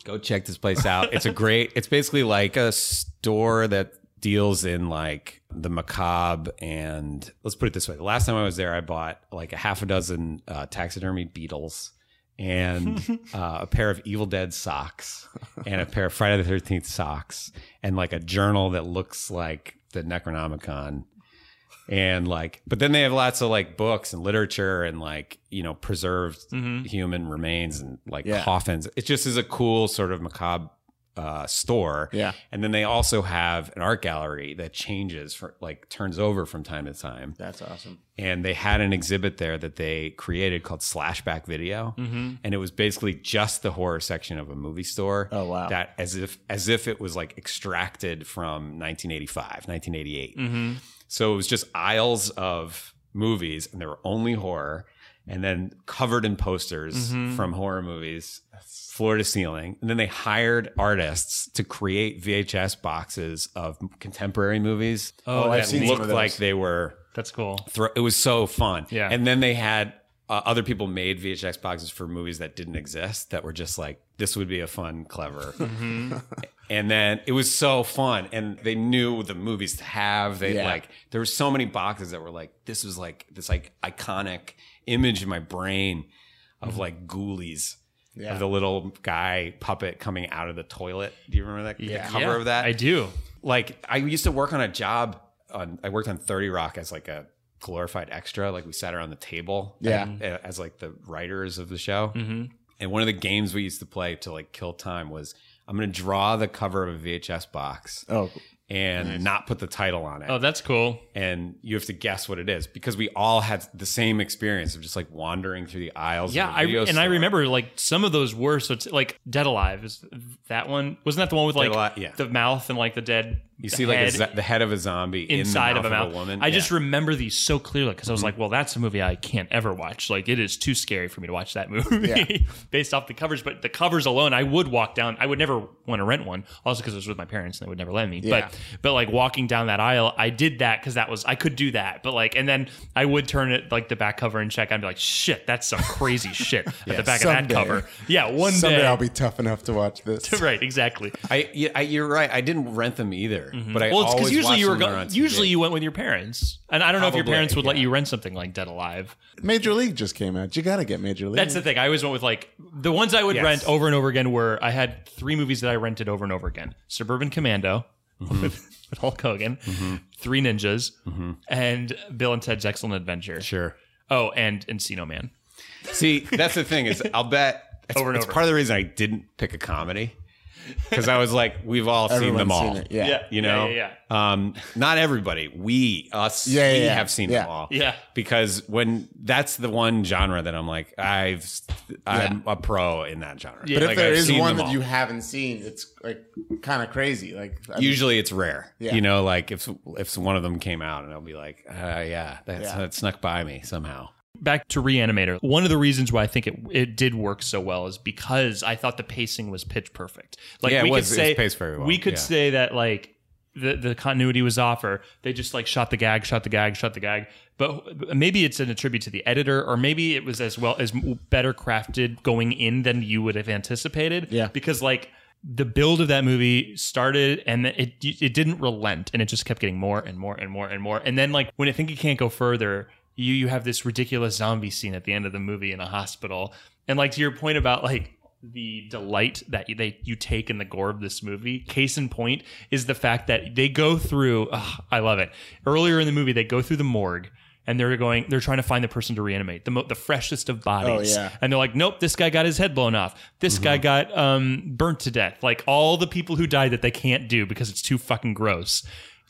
Go check this place out. It's a great, it's basically like a store that deals in like the macabre and let's put it this way. The last time I was there, I bought like a half a dozen uh, taxidermy beetles and
*laughs*
uh, a pair of Evil Dead socks and a pair of Friday the 13th socks and like a journal that looks like the Necronomicon and like but then they have lots of like books and literature and like you know preserved human remains and like
Mm-hmm. Yeah.
coffins it just is a cool sort of macabre uh, store
Yeah.
and then they also have an art gallery that changes for like turns over from time to time
That's awesome.
and they had an exhibit there that they created called slashback video
Mm-hmm.
and it was basically just the horror section of a movie store
Oh, wow.
that as if as if it was like extracted from 1985 1988
Mm-hmm.
so it was just aisles of movies, and there were only horror, and then covered in posters
Mm-hmm.
from horror movies, floor to ceiling. And then they hired artists to create VHS boxes of contemporary movies
Oh, I've
that
seen some of
looked
those.
like they were.
*laughs* That's cool.
Thro- it was so fun.
Yeah.
And then they had. Uh, other people made VHS boxes for movies that didn't exist that were just like this would be a fun, clever
Mm-hmm.
and then it was so fun and they knew the movies to have they
Yeah.
like there were so many boxes that were like this was
Mm-hmm.
like this like iconic image in my brain of like ghoulies
Yeah.
of the little guy puppet coming out of the toilet. Do you remember that the cover
Yeah,
of that?
I do.
like I used to work on a job on I worked on 30 Rock as like a glorified extra. Like we sat around the table.
Yeah.
a- As like the writers of the show.
hmm
And one of the games we used to play to like kill time was I'm gonna draw the cover of a VHS box
Oh,
and not put the title on it.
Oh, that's cool.
And you have to guess what it is because we all had the same experience of just like wandering through the aisles.
Yeah,
of
I
the video
and I
store.
remember like some of those were so it's like Dead Alive is that one wasn't that the one with like
Alive, yeah.
the mouth and like the dead
you see like a,
head
zo- the head of a zombie in the
inside of a
mouth
mouth.
of a woman.
I
Yeah.
just remember these so clearly because I was like, well, that's a movie I can't ever watch. Like it is too scary for me to watch that movie
Yeah.
*laughs* based off the covers. But the covers alone, I would walk down. I would never want to rent one, also because it was with my parents and they would never let me.
Yeah.
But but like walking down that aisle, I did that because that was I could do that. But like and then I would turn it like the back cover and check. I'd be like, shit, that's some crazy shit at the back of
someday.
that cover. Yeah, one
someday
day
I'll be tough enough to watch
*laughs*
this.
*laughs* right. Exactly.
I, yeah, I you're right. I didn't rent them either, but I
Mm-hmm. Well, it's
always
because usually
watched
you were
them when
go-
they're on TV.
usually you went with your parents, and I don't know if your
Probably,
parents would let
yeah.
you rent something like Dead Alive.
Major League just came out. You got to get Major League.
That's the thing. I always went with like the ones I would
Mm. Yes.
rent over and over again were I had three movies that I rented over and over again: Suburban Commando *laughs*
Mm-hmm.
with, with Hulk Hogan, Three Ninjas, and Bill and Ted's Excellent Adventure.
sure.
Oh, and Encino Man.
See, that's the thing is, I'll bet it's,
Over and
it's
over.
part of the reason I didn't pick a comedy because I was like, we've all seen
Everyone's
them all.
seen it. Yeah.
You know,
yeah, yeah,
Um, not everybody. We, us,
Yeah, yeah,
we
yeah.
have seen
Yeah.
them all.
Yeah.
Because when that's the one genre that I'm like, I've, I'm a pro in that genre.
Yeah.
But if
Like,
there
I've
is
seen
one
them
that
all.
you haven't seen, it's like kind of crazy. Like I mean,
Usually it's rare,
Yeah.
you know. Like if if one of them came out, and I'll be like, uh, yeah, that's,
Yeah.
that snuck by me somehow.
Back to Reanimator. One of the reasons why I think it it did work so well is because I thought the pacing was pitch perfect. Like
Yeah, it
we
was-
could
it was
say
paced very well,
we could
yeah.
say that like the the continuity was off or they just like shot the gag, shot the gag, shot the gag. But maybe it's an attribute to the editor, or maybe it was as well as better crafted going in than you would have anticipated.
Yeah.
because like the build of that movie started and it it didn't relent and it just kept getting more and more and more and more and then like when I think it can't go further you you have this ridiculous zombie scene at the end of the movie in a hospital and like to your point about like the delight that you- they you take in the gore of this movie case in point is the fact that they go through ugh, I love it earlier in the movie they go through the morgue and they're going they're trying to find the person to reanimate the mo- the freshest of bodies
Oh, yeah. Mm-hmm.
and they're like, nope, this guy got his head blown off. This guy got um, burnt to death. Like all the people who died that they can't do because it's too fucking gross.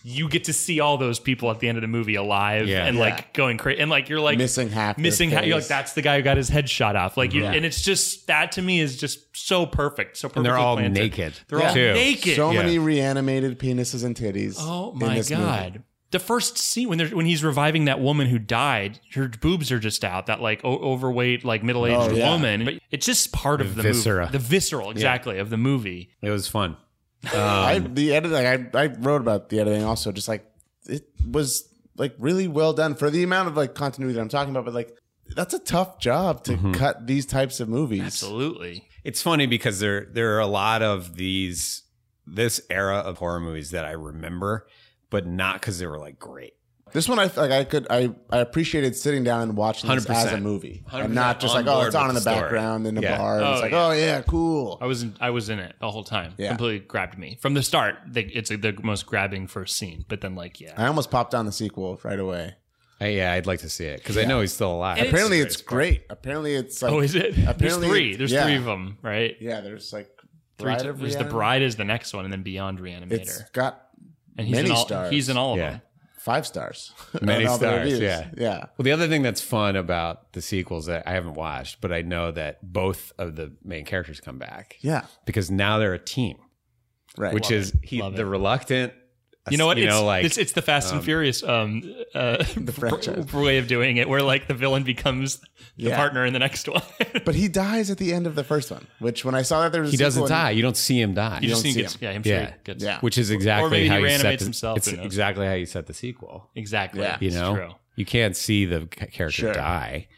You get to see all those people at the end of the movie alive
Yeah.
and
Yeah.
like going crazy and like you're like
Missing half their
missing half. You're like
face.
that's the guy who got his head shot off. Like you, and it's just that to me is just so perfect. So perfect.
And they're all naked.
They're all
too.
naked.
so
Yeah.
many reanimated penises and titties.
Oh
in
my
this movie.
god. The first scene when there's when he's reviving that woman who died, her boobs are just out. That like o- overweight, like middle aged
Oh, yeah.
woman. But it's just part of the
viscera.
movie. The visceral, exactly, of the movie.
It was fun. Um,
I
Um,
the editing. I I wrote about the editing also. Just like it was like really well done for the amount of like continuity that I'm talking about. But like that's a tough job to cut these types of movies.
Mm-hmm. Absolutely.
It's funny because there there are a lot of these this era of horror movies that I remember, but not because they were like great.
This one, I like. I could. I I appreciated sitting down and watching this as
100%.
a movie, and
100%
not just
on
like oh,
board
it's on
with
in the
the story.
background in a
Yeah.
bar. and it's
Oh,
like
yeah.
oh yeah, cool.
I was in, I was in it the whole time.
Yeah.
Completely grabbed me from the start. They, it's like the most grabbing first scene. But then like yeah,
I almost popped on the sequel right away.
I, yeah, I'd like to see it because I know he's still alive.
Apparently, it's great. Apparently, it's like
oh is it? There's
apparently-
three. There's
yeah.
three of them, right?
yeah. There's like
Three.
Bride
t-
of
there's the
Reanimator.
bride is the next one, and then Beyond Reanimator.
It's got
and he's
many
in all,
stars.
He's in all of
Yeah.
them.
five stars. *laughs* on
Many
all the
stars,
reviews.
yeah.
yeah.
Well, the other thing that's fun about the sequels that I haven't watched, but I know that both of the main characters come back
Yeah.
because now they're a team,
Right.
which is he,
Love
the
it.
reluctant.
You know what?
You
it's,
know, like
it's, it's the Fast and Furious um, uh, the
franchise.
*laughs* way of doing it, where like the villain becomes the
Yeah.
partner in the next *laughs* one. you
but he dies at the end of the first one, which when I saw that there was
he
a sequel
doesn't
and-
die. You don't see him die.
just
don't
think
see
it's,
him.
yeah, I'm
Yeah.
sure he gets
Yeah.
which is exactly
maybe
how
he
you set
reanimates
the-
himself,
It's
who knows?
exactly how you set the sequel.
exactly.
Yeah.
you
It's
know
true.
you can't see the c- character
Sure.
die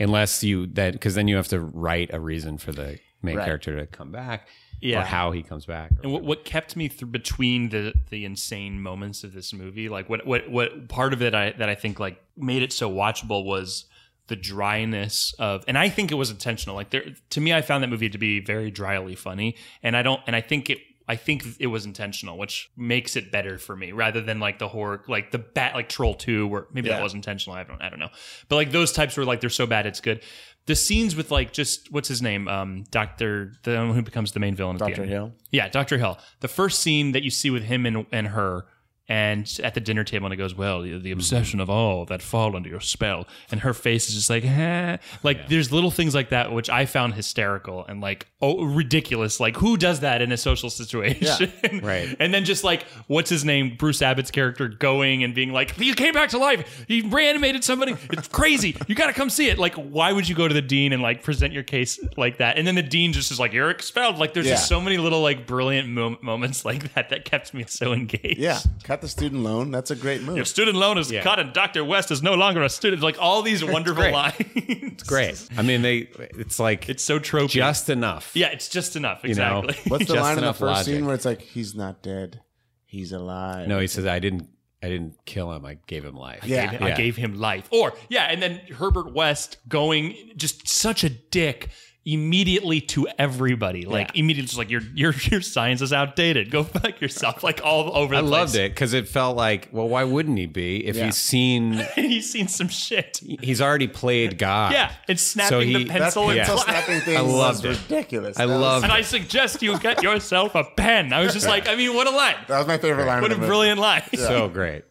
unless you that because then you have to write a reason for the main
Right.
character to come back
Yeah.
or how he comes back or
And what, what kept me through between the the insane moments of this movie, like what what what part of it I that I think like made it so watchable was. the- the dryness of and I think it was intentional. Like there to me I found that movie to be very dryly funny and I don't and I think it I think it was intentional, which makes it better for me rather than like the horror, like the bat, like Troll Two, where maybe that
Yeah.
was intentional. I don't, I don't know. But like those types were like they're so bad it's good. The scenes with like just what's his name, um, Doctor, the one who becomes the main villain. at the
Dr.
end.
Hill.
Yeah, Dr. Hill. The first scene that you see with him and, and her and at the dinner table and it goes, Well, the, the obsession of all that fall under your spell. And her face is just like, "Huh." Like there's little things like that which I found hysterical and like oh ridiculous. Like who does that in a social situation? *laughs*
Right.
And then just like what's his name? Bruce Abbott's character going and being like, You came back to life. You reanimated somebody. It's crazy. You gotta come see it. Like, why would you go to the dean and like present your case like that? And then the dean just is like, You're expelled. Like there's
Yeah.
just so many little like brilliant mom- moments like that that kept me so engaged.
Yeah, cut the student loan. That's a great move.
Your
*laughs*
student loan is cut and Dr. West is no longer a student. Like all these wonderful
great.
lines. It's
Great. I mean, they. It's like
It's so tropey.
just enough.
yeah, it's just enough.
know,
Exactly. *laughs*
What's the
Just
line in the
enough
first
logic.
scene where it's like, he's not dead, he's alive?
No, he says I didn't. I didn't kill him. I gave him life.
Yeah.
gave- I gave him life. Or yeah, and then Herbert West going just such a dick immediately to everybody. Like immediately just like your your your science is outdated. Go *laughs* fuck yourself. Like all over the
I loved it because it felt like, well, why wouldn't he be if
Yeah.
he's seen?
*laughs* He's seen some shit.
He's already played God.
Yeah. It's snapping
he-
the
that
That
pencil in *laughs*
pencil
class.
snapping thing
*laughs* I
was
loved it.
ridiculous.
I
That was-
loved-
And I suggest you get yourself a pen. I was just like, I mean, what a line.
That was my favorite line.
What a
of the movie.
brilliant line.
So great.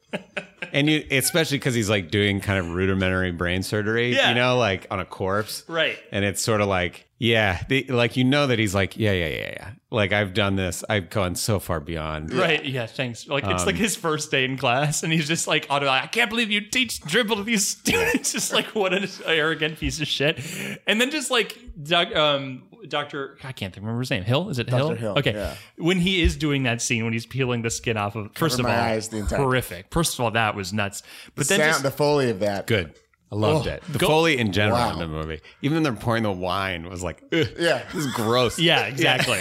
And you, especially because he's like doing kind of rudimentary brain surgery,
Yeah.
you know, like on a corpse.
*laughs* Right.
And it's sort of like, yeah, the, like you know that he's like, yeah, yeah, yeah, yeah. Like I've done this. I've gone so far beyond.
Right. Yeah. Thanks. Like it's
Um,
like his first day in class, and he's just like, auto, I can't believe you teach dribble to these students. *laughs* just like what an arrogant piece of shit. And then just like doc, um, Doctor, I can't remember his name. Hill is it Hill?
Hill,
Okay.
yeah.
When he is doing that scene, when he's peeling the skin off of, first
Cover
of
my
all,
eyes the entire-
horrific. First of all, that was nuts. But then
Sound,
just
the foley of that.
Good. I loved it. The
go-
Foley in general
Wow.
in the movie, even when they're pouring the wine, was like, ugh,
Yeah.
this is gross. *laughs*
Yeah, exactly.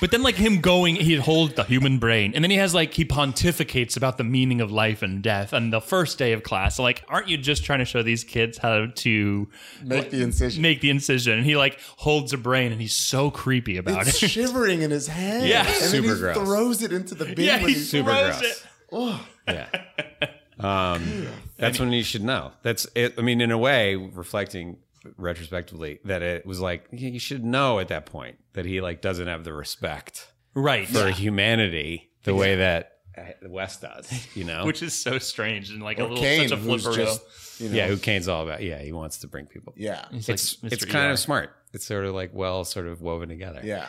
but then, like him going, he'd hold the human brain, and then he has like he pontificates about the meaning of life and death on the first day of class. Like, aren't you just trying to show these kids how to
Make the incision.
make the incision? And he like holds a brain, and he's so creepy about
It's
it. *laughs*
shivering in his hand.
Yeah.
and then
Super
he
gross.
throws it into the bin.
yeah,
when
he
he's-
super
throws
gross.
it.
Yeah. Um, that's when you should know. That's it. I mean, in a way, reflecting retrospectively, that it was like y- you should know at that point that he like doesn't have the respect
Right.
for humanity the way that uh, West does. You know,
Which is so strange and like a little
Kane,
such a
who's
flipper.
just, you know,
yeah, who Kane's all about. Yeah, he wants to bring people.
yeah,
He's
It's
like,
it's
Mr.
kind
ER.
of smart. It's sort of like well, sort of woven together.
yeah.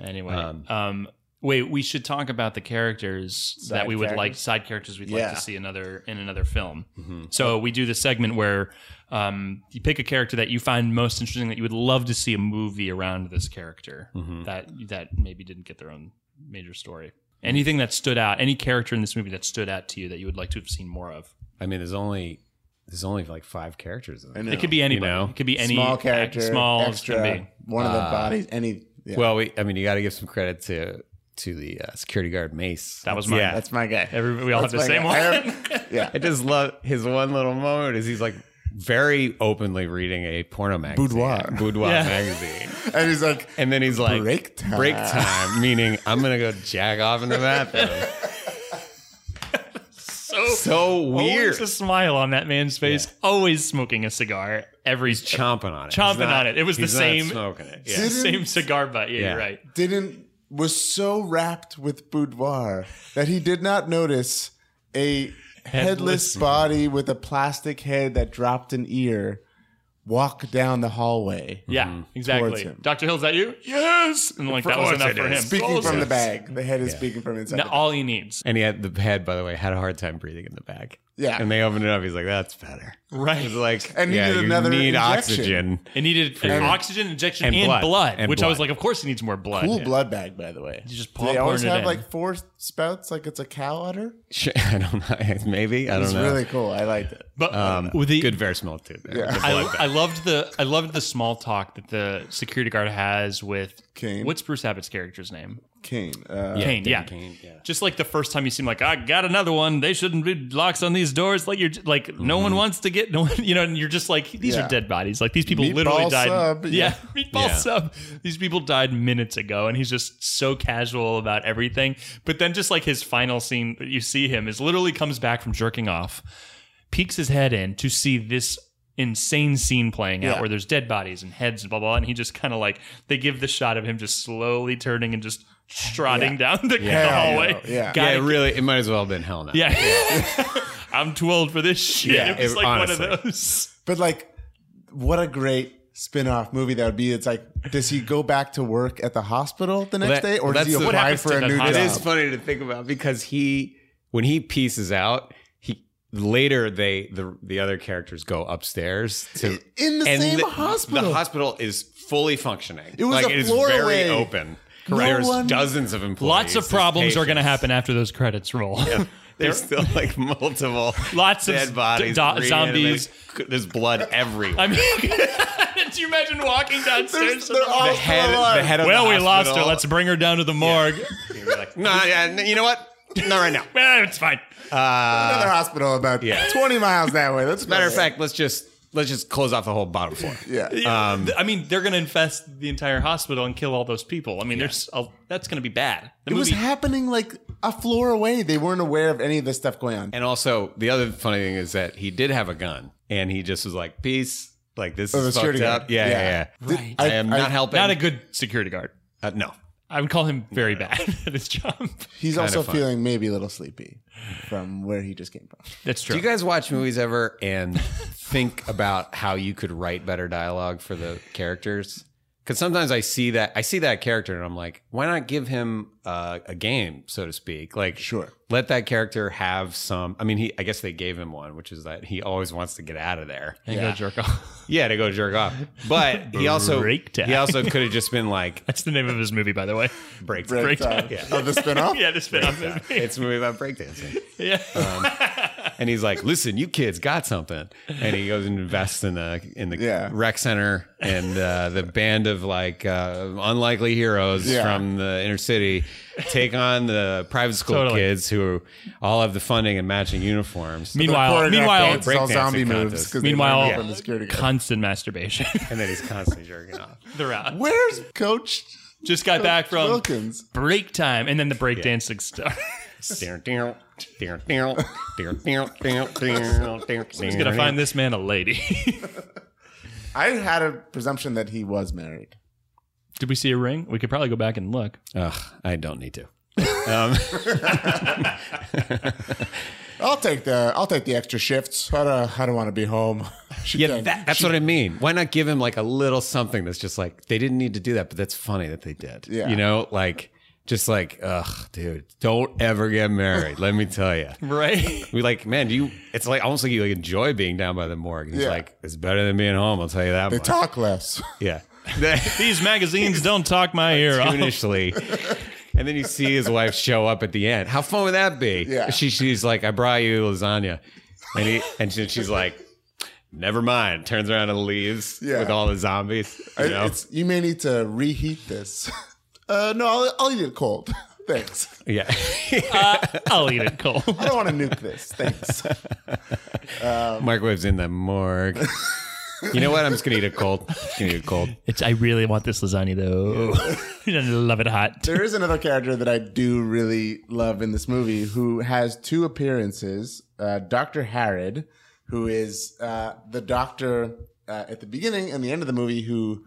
Anyway, um,
Um,
wait, we should talk about the characters that
Side
we would like
characters?
side characters we'd
Yeah. Mm-hmm.
like to see another in another film. So we do the segment where um, you pick a character that you find most interesting that you would love to see a movie around this character
Mm-hmm.
that that maybe didn't get their own major story. Anything that stood out, any character in this movie that stood out to you that you would like to have seen more of.
I mean, there's only there's only like five characters. In
I
it.
know.
It could be anybody.
know,
it could be any
small
act-
character,
small it's
extra,
gonna be. Uh,
one of the bodies, any. Yeah.
Well, we, I mean, you got to give some credit to to the uh, security guard Mace.
That was my.
that's my guy.
Every, we all
That's
have the same
my guy. I
one.
have- yeah,
I just love his one little moment is he's like very openly reading a porno magazine,
Boudoir.
boudoir
Yeah.
magazine,
and he's like,
and then he's like
Break time.
break time, meaning I'm gonna go jack off in the bathroom.
*laughs* so
So weird,
*laughs* Always a smile on that man's face. Always smoking a cigar. Every
chomping on it,
Chomping
He's not-
on it. It was the
he's not
same-
smoking it. Yeah.
Didn't-
same cigar butt. Yeah,
Yeah.
you're right.
didn't was so wrapped with boudoir that he did not notice a headless,
Headless
body with a plastic head that dropped an ear walk down the hallway.
Yeah,
Towards
exactly.
him.
Doctor Hill, is that you? Yes. And like that was
Mm-hmm.
enough
course it
for him.
is.
Speaking
Of course
from the
it
bag, the head is speaking from inside.
is. Now,
the bag.
all he needs.
And he had the head, by the way, had a hard time breathing in the back.
Yeah.
and they opened it up. He's like, "That's better."
Right.
It's like,
And
yeah,
needed
you
another
need
injection.
oxygen. *laughs*
It needed an oxygen injection and,
and
blood,
blood, and
which I was
blood.
like, of course he needs more
oh,
blood.
cool blood bag, by the way.
You just
Do they
pop
always
it
have
in.
like four spouts, like it's a cow udder.
Sure, I don't know. *laughs* Maybe I don't
It's
know.
really cool. I liked it.
But uh,
um,
with the
good verisimilitude. There.
Yeah.
I, I loved the I loved the small talk that the security guard has with
Kane.
What's Bruce Abbott's character's name?
Kane? Uh,
Kane.
Dan
Yeah.
Kane, yeah.
Just like the first time you seem like I got another one. They shouldn't be locks on these doors. Like you're j- like no one wants to get no one. *laughs* You know, and you're just like these
Yeah.
are dead bodies. Like these people
Meatball
literally died.
sub,
*laughs* yeah. meatball
Yeah.
sub. These people died minutes ago, and he's just so casual about everything. But then just like his final scene, that you see him is literally comes back from jerking off, peeks his head in to see this. Insane scene playing out
Yeah.
where there's dead bodies and heads and blah blah, and he just kind of like they give the shot of him just slowly turning and just strutting down the
Hell
hallway.
no. Yeah.
Gotta
yeah, it really, it might as well have been Hell Now.
*laughs* yeah. I'm too old for this shit.
Yeah,
it was
it-
like one of
honestly.
those.
But like, what a great spin-off movie that would be. It's like, does he go back to work at the hospital the next
that-
day, or
well,
does he
that's the- what
apply
happens
for
to
a
the
new job?
hospital-
It is funny to think about because he, when he pieces out, he later they the the other characters go upstairs to
In the
and
same
the-
hospital.
The hospital is fully functioning.
It was
like
a
it is
floor
very
away.
open.
No
There's
one-
dozens of employees.
Lots of
There's
problems are going to
patients.
happen after those credits roll.
There's still like multiple
*laughs* Lots of
dead bodies,
do-
reanimated.
zombies.
There's blood
*laughs*
everywhere.
*laughs* I mean, can you imagine walking downstairs?
There's- they're
to the-
all
the head, the head of
well,
the
we lost her.
hospital-
Let's bring her down to the morgue.
You're
*laughs*
like, no, yeah, n- you know what? Not right now.
Eh, it's fine.
Another hospital about
uh, yeah.
20 miles that way. That's
Matter of fact, let's just let's just close off the whole bottom floor.
*laughs* yeah.
*laughs* Th- I mean, they're going to infest the entire hospital and kill all those people. I mean, there's a, that's going to be bad. The
It was
movie.
happening like a floor away. They weren't aware of any of this stuff going on.
And also, the other funny thing is that he did have a gun, and he just was like, "Peace." Like this
the
is fucked
security guard.
up. Yeah, yeah, yeah.
Did-
Right.
I, am not helping.
not a good security guard.
Uh, no.
I would call him very bad at his job.
He's also
fun.
feeling maybe a little sleepy from where he just came from.
That's true.
Do you guys watch movies ever and *laughs* think about how you could write better dialogue for the characters? Because sometimes I see that I see that character and I'm like, why not give him uh, a game, so to speak? Like,
Sure.
let that character have some. I mean, he I guess they gave him one, which is that he always wants to get out of there.
and go jerk off. *laughs*
Yeah, to go jerk off. But he also
Break time.
he also could have just
*laughs*
been like
That's the name of his movie, by the way.
break. time.
Break
Breakdown.
time of the *laughs* spinoff.
*laughs* yeah, the spin-off movie.
It's a movie about breakdancing.
*laughs* Yeah.
And he's like, "Listen, you kids got something." And he goes and invests in the in the
Yeah.
rec center and uh, the band of like uh, unlikely heroes
Yeah.
from the inner city take on the private school
Totally.
kids who all have the funding and matching uniforms.
meanwhile,
Choreographed
meanwhile,
dance, it's all
breakdancing
zombie moves.
contest.
'cause they
meanwhile,
learned from the security guard.
constant masturbation.
and then he's constantly jerking off.
*laughs* They're out.
Where's Coach
*laughs* Just got back from
Wilkins?
break time, and then the break dancing starts. *laughs*
He's
He's gonna find this man a lady. *laughs*
I had a presumption that he was married.
Did we see a ring? We could probably go back and look.
Ugh, I don't need to. Um,
I'll take the I'll take the extra shifts. I don't, I don't want to be home. *laughs* She
yeah,
done-
that, that's what I mean. Why not give him like a little something that's just like they didn't need to do that, but that's funny that they did.
Yeah.
you know, like just like, ugh, dude, don't ever get married. let me
*laughs*
tell you.
Right. *laughs*
We like, man, you. It's like almost like you like enjoy being down by the morgue. And It's
Yeah.
like it's better than being home. I'll tell you that
They
much.
talk less.
yeah,
*laughs*
*laughs*
These magazines don't talk my ear off.
tunishly. And then you see his wife show up at the end. How fun would that be?
Yeah.
She, she's like, I brought you lasagna. And, he, and she- she's like, never mind. Turns around and leaves
Yeah.
with all the zombies. You
I-
know?
it's- you may need to reheat this. *laughs* Uh, no, I'll, I'll eat it cold. *laughs* Thanks.
Yeah. *laughs*
I'll eat it cold.
I don't want to nuke this. Thanks. Um,
Microwave's in the morgue. You know what? I'm just going to eat a cold. Just going to eat a cold.
It's, I really want this lasagna though. *laughs* I love it hot.
*laughs* There is another character that I do really love in this movie who has two appearances. Uh, Dr. Harrod, who is uh, the doctor uh, at the beginning and the end of the movie who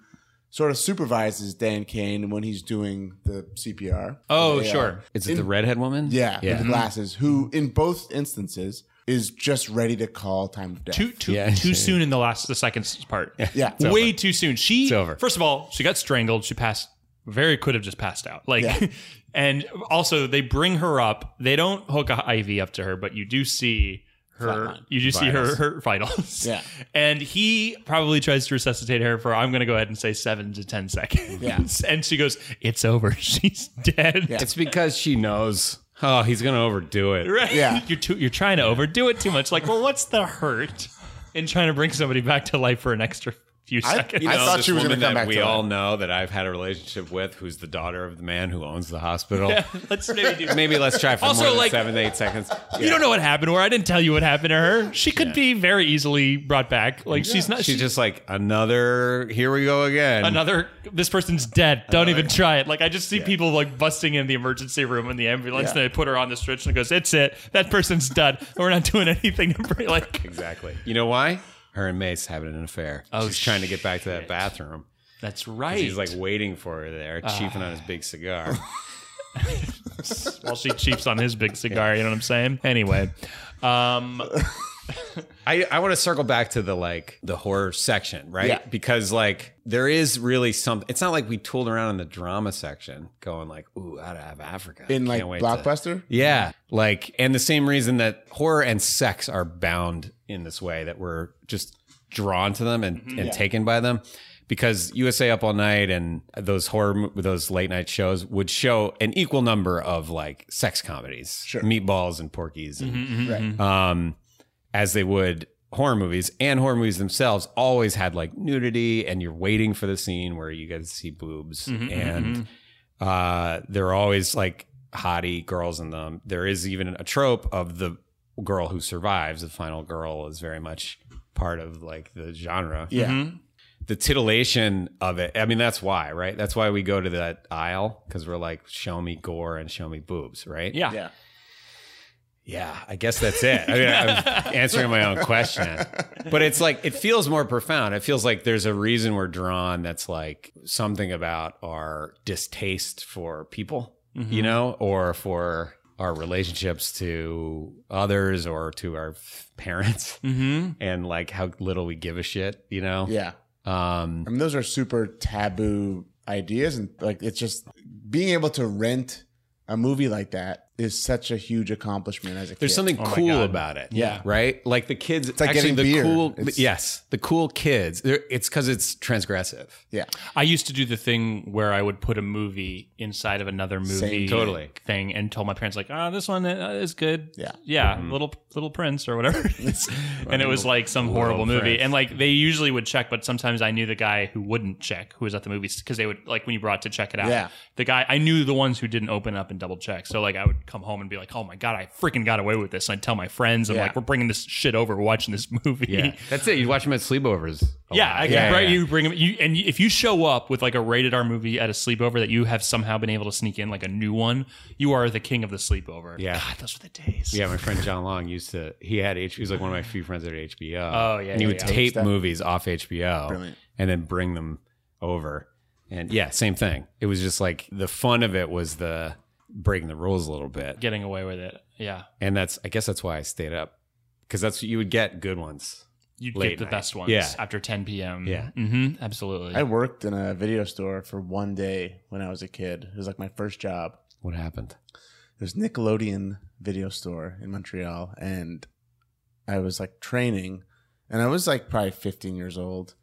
sort of supervises Dan Kane when he's doing the CPR.
Oh,
Yeah.
sure.
Is it the redhead woman?
Yeah, with
Yeah.
the glasses, who in both instances is just ready to call time of death.
too too
Yeah.
too soon in the last the second s- part.
Yeah. It's
way too soon. She
over.
first of all, she got strangled. She passed. Very could have just passed out. Like,
Yeah.
*laughs* and also they bring her up. They don't hook a IV up to her, but you do see her. You do see her
Vitals.
her vitals.
Yeah.
*laughs* and he probably tries to resuscitate her for I'm going to go ahead and say seven to ten seconds.
Yeah.
*laughs* and she goes, "It's over. *laughs* She's dead."
It's because she knows, oh, he's going to overdo it.
Right?
Yeah.
*laughs* You're too, you're trying to overdo it too much. Like, well, what's the hurt in trying to bring somebody back to life for an extra few seconds.
I thought
this
she was gonna
woman
come
that
back
We
to that.
all know that I've had a relationship with, who's the daughter of the man who owns the hospital.
*laughs* Let's
*laughs*
maybe do.
Maybe let's try for
Also,
more than
like-
seven, eight seconds.
You don't know what happened to her. I didn't tell you what happened to her. She could be very easily brought back. Like she's not.
She's
She's
just like another. Here we go again.
another. This person's dead. Don't even try it. Like I just see people like busting in the emergency room in the ambulance, and they put her on the stretcher and it goes, "It's it. That person's done. We're not doing anything to bring like."
Exactly. You know why? Her and Mace having an affair.
Oh,
she's trying to get back to that bathroom.
That's right.
He's like waiting for her there,
Uh.
cheeping on his big cigar.
while she cheeps on his big cigar. You know what I'm saying? Anyway, um,
I, I want to circle back to the like the horror section, right?
Yeah.
Because like there is really some. It's not like we tooled around in the drama section, going like, "Ooh, out of Africa."
in like
Can't wait to-
blockbuster.
Yeah. Like, and the same reason that horror and sex are bound in this way, that we're just drawn to them and, and taken by them. Because USA Up All Night and those horror, mo- those late night shows would show an equal number of like sex comedies,
Sure.
meatballs and porkies, and,
Right.
um, as they would horror movies. And horror movies themselves always had like nudity, and you're waiting for the scene where you get to see boobs and uh, they're always like hottie girls in them. There is even a trope of the girl who survives. The final girl is very much part of like the genre.
Yeah.
hmm
The titillation of it. I mean, that's why, right? That's why we go to that aisle because we're like, show me gore and show me boobs, right?
yeah.
Yeah.
Yeah, I guess that's it. I mean, I
*laughs*
was answering my own question. But it's like, it feels more profound. It feels like there's a reason we're drawn that's like something about our distaste for people,
Mm-hmm.
you know, or for our relationships to others or to our f- parents *laughs*
Mm-hmm.
and like how little we give a shit, you know?
Yeah.
Um,
I mean, those are super taboo ideas, and like it's just being able to rent a movie like that is such a huge accomplishment as a
there's
kid.
something
Oh my
cool
God.
about it.
Yeah.
Right? Like the kids, it's
like getting
the
beer.
cool,
It's-
yes, the cool kids. They're- It's because it's transgressive.
Yeah.
I used to do the thing where I would put a movie inside of another movie
Totally.
thing and tell my parents like, "Ah, this one uh, is good."
Yeah.
Yeah, Little Little Prince
*laughs*
or whatever. it is. *laughs* and it was like some horrible movie.
Prince.
And like they usually would check, but sometimes I knew the guy who wouldn't check, who was at the movies because they would like when you brought to check it out.
Yeah.
The guy I knew the ones who didn't open up and double check. So like I would come home and be like, "Oh my god, I freaking got away with this." And I'd tell my friends, "I'm
Yeah.
like, we're bringing this shit over, we're watching this *laughs* movie."
Yeah, that's it. You watch them at sleepovers. a
Yeah,
lot.
I, right. You bring 'em- you, and if you show up with like a rated R movie at a sleepover that you have somehow been able to sneak in like a new one, you are the king of the sleepover.
Yeah.
God, those were the days.
Yeah, my friend John Long used to. He had H. He was like one of my few friends at HBO.
Oh, yeah,
and he
yeah,
would
yeah.
tape
Stuff.
movies off HBO,
Brilliant.
and then bring them over. And yeah, same thing. It was just like the fun of it was the breaking the rules a little bit,
getting away with it. Yeah,
and that's I guess that's why I stayed up because that's you would get good ones.
you would
Late
get the
night.
best ones
Yeah.
after 10 p.m.
Yeah.
mm-hmm, absolutely.
I worked in a video store for one day when I was a kid. It was like my first job.
What happened?
There's Nickelodeon video store in Montreal, and I was like training, and I was like probably 15 years old,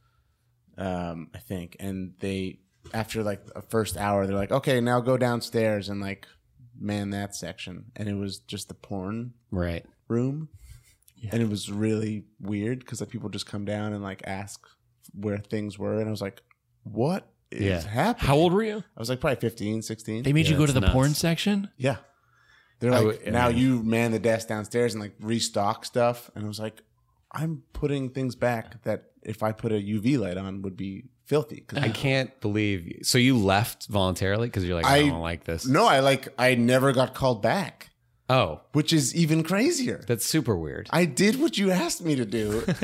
um, I think. And they, after like the first hour, they're like, "Okay, now go downstairs and like man that section," and it was just the porn
Right.
room, and it was really weird because like people just come down and like ask where things were, and I was like, "What is
Yeah.
happening?"
How old were you?
I was like probably 15, 16.
They made
Yeah,
you go to
that's
the
nuts.
porn section.
yeah. They're
I
like,
would-
now you man the desk downstairs and like restock stuff. And I was like, I'm putting things back that if I put a UV light on would be filthy. *sighs* 'Cause
I can't believe. You. So you left voluntarily because you're like I,
I-
don't like this.
no, I like, I never got called back,
Oh,
which is even crazier.
that's super weird.
I did what you asked me to do.
*laughs*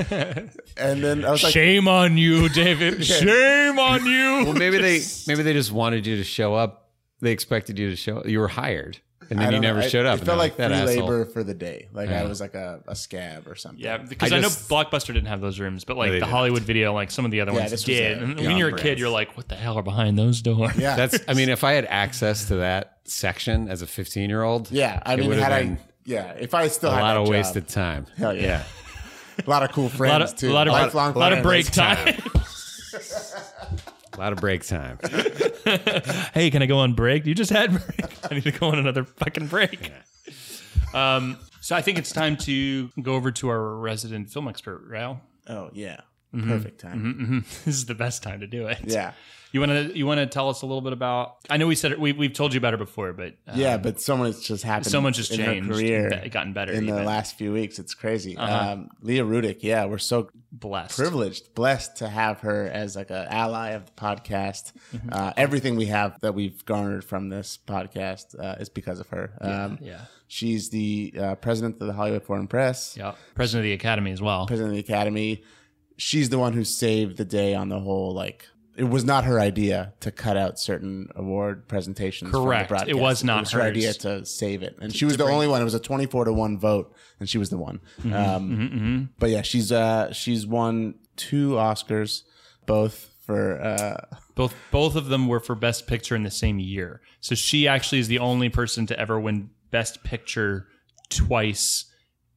and then I was like,
Shame on *laughs* you, David. Shame *laughs* on you.
Well, maybe they maybe they just wanted you to show up. They expected you to show. You were hired, and
I
then you
don't know.
never
I-
showed up.
It
and
felt
they're
like free
that asshole.
labor for the day. Like I
Yeah.
was like a, a scab or something.
Yeah, because
I
I,
just-
know Blockbuster didn't have those rooms, but like
they
the
didn't.
Hollywood video, like some of the other
Yeah,
ones
this was
did.
a-
And
yeah,
when you're a kid,
brands.
you're like, what the hell are behind those doors?
Yeah.
That's.
*laughs*
I mean, if I had access to that section as a 15 year old,
yeah. I
It
mean,
would've
had I,
been
yeah, if I still
a
had
lot
that
of
job-
wasted time.
Hell Oh, yeah. *laughs* a lot of cool
a
friends
lot of,
too.
a lot of,
Lifelong
a lot of
friends.
break time. *laughs*
a lot of break time.
hey, can I go on break? You just had break. *laughs* I need to go on another fucking break. Um, so I think it's time to go over to our resident film expert, Rail.
Oh yeah. Perfect time.
Mhm. *laughs* This is the best time to do it.
Yeah.
You want to you want to tell us a little bit about? I know we said it, we we've told you about it before, but uh,
Yeah, but so much just happened.
so much has
in
changed,
her career,
be- gotten better
in the
even.
last few weeks. It's crazy.
Uh-huh.
Um, Leah Rudick, yeah, we're so
blessed.
privileged, blessed to have her as like an ally of the podcast.
Mm-hmm.
Uh, everything we have that we've garnered from this podcast uh, is because of her. Um,
Yeah.
She's the uh, president of the Hollywood Foreign Press,
Yeah. President of the Academy as well.
president of the Academy. She's the one who saved the day on the whole. Like it was not her idea to cut out certain award presentations. from the
Correct. It
broadcast.
was not
it was her
hers.
idea to save it, and she was the only one. It was a twenty-four to one vote, and she was the one.
Mm-hmm.
Um, But yeah, she's uh, she's won two Oscars, both for uh,
Both both of them were for Best Picture in the same year. So she actually is the only person to ever win Best Picture twice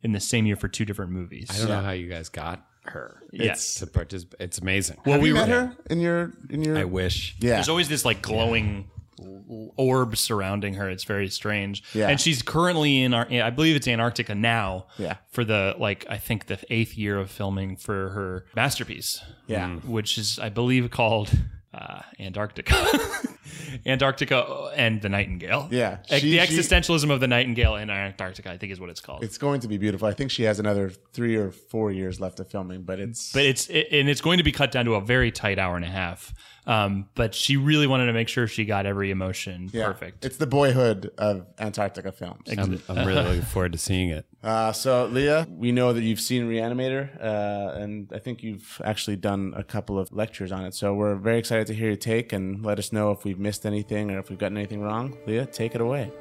in the same year for two different movies.
I don't know how you guys got her
Yes.
to participate. It's amazing.
well,
have
we
you met
were-
her in your in your
I wish.
yeah
There's always this like glowing l- orb surrounding her. It's very strange.
Yeah.
And she's currently in our I believe it's Antarctica now.
Yeah.
For the like I think the eighth year of filming for her masterpiece.
Yeah.
Which is I believe called uh, Antarctica. *laughs* Antarctica and the Nightingale.
Yeah.
Ex-
She-
the
she-
existentialism of the Nightingale in Antarctica, I think is what it's called.
it's going to be beautiful. I think she has another three or four years left of filming, but it's
but it's it, and it's going to be cut down to a very tight hour and a half. Um, but she really wanted to make sure she got every emotion
yeah.
perfect.
It's the boyhood of Antarctica films.
I'm, I'm really looking forward to seeing it.
Uh, so Leah, we know that you've seen Reanimator, uh, and I think you've actually done a couple of lectures on it. So we're very excited to hear your take and let us know if we've missed anything or if we've gotten anything wrong. Leah, take it away.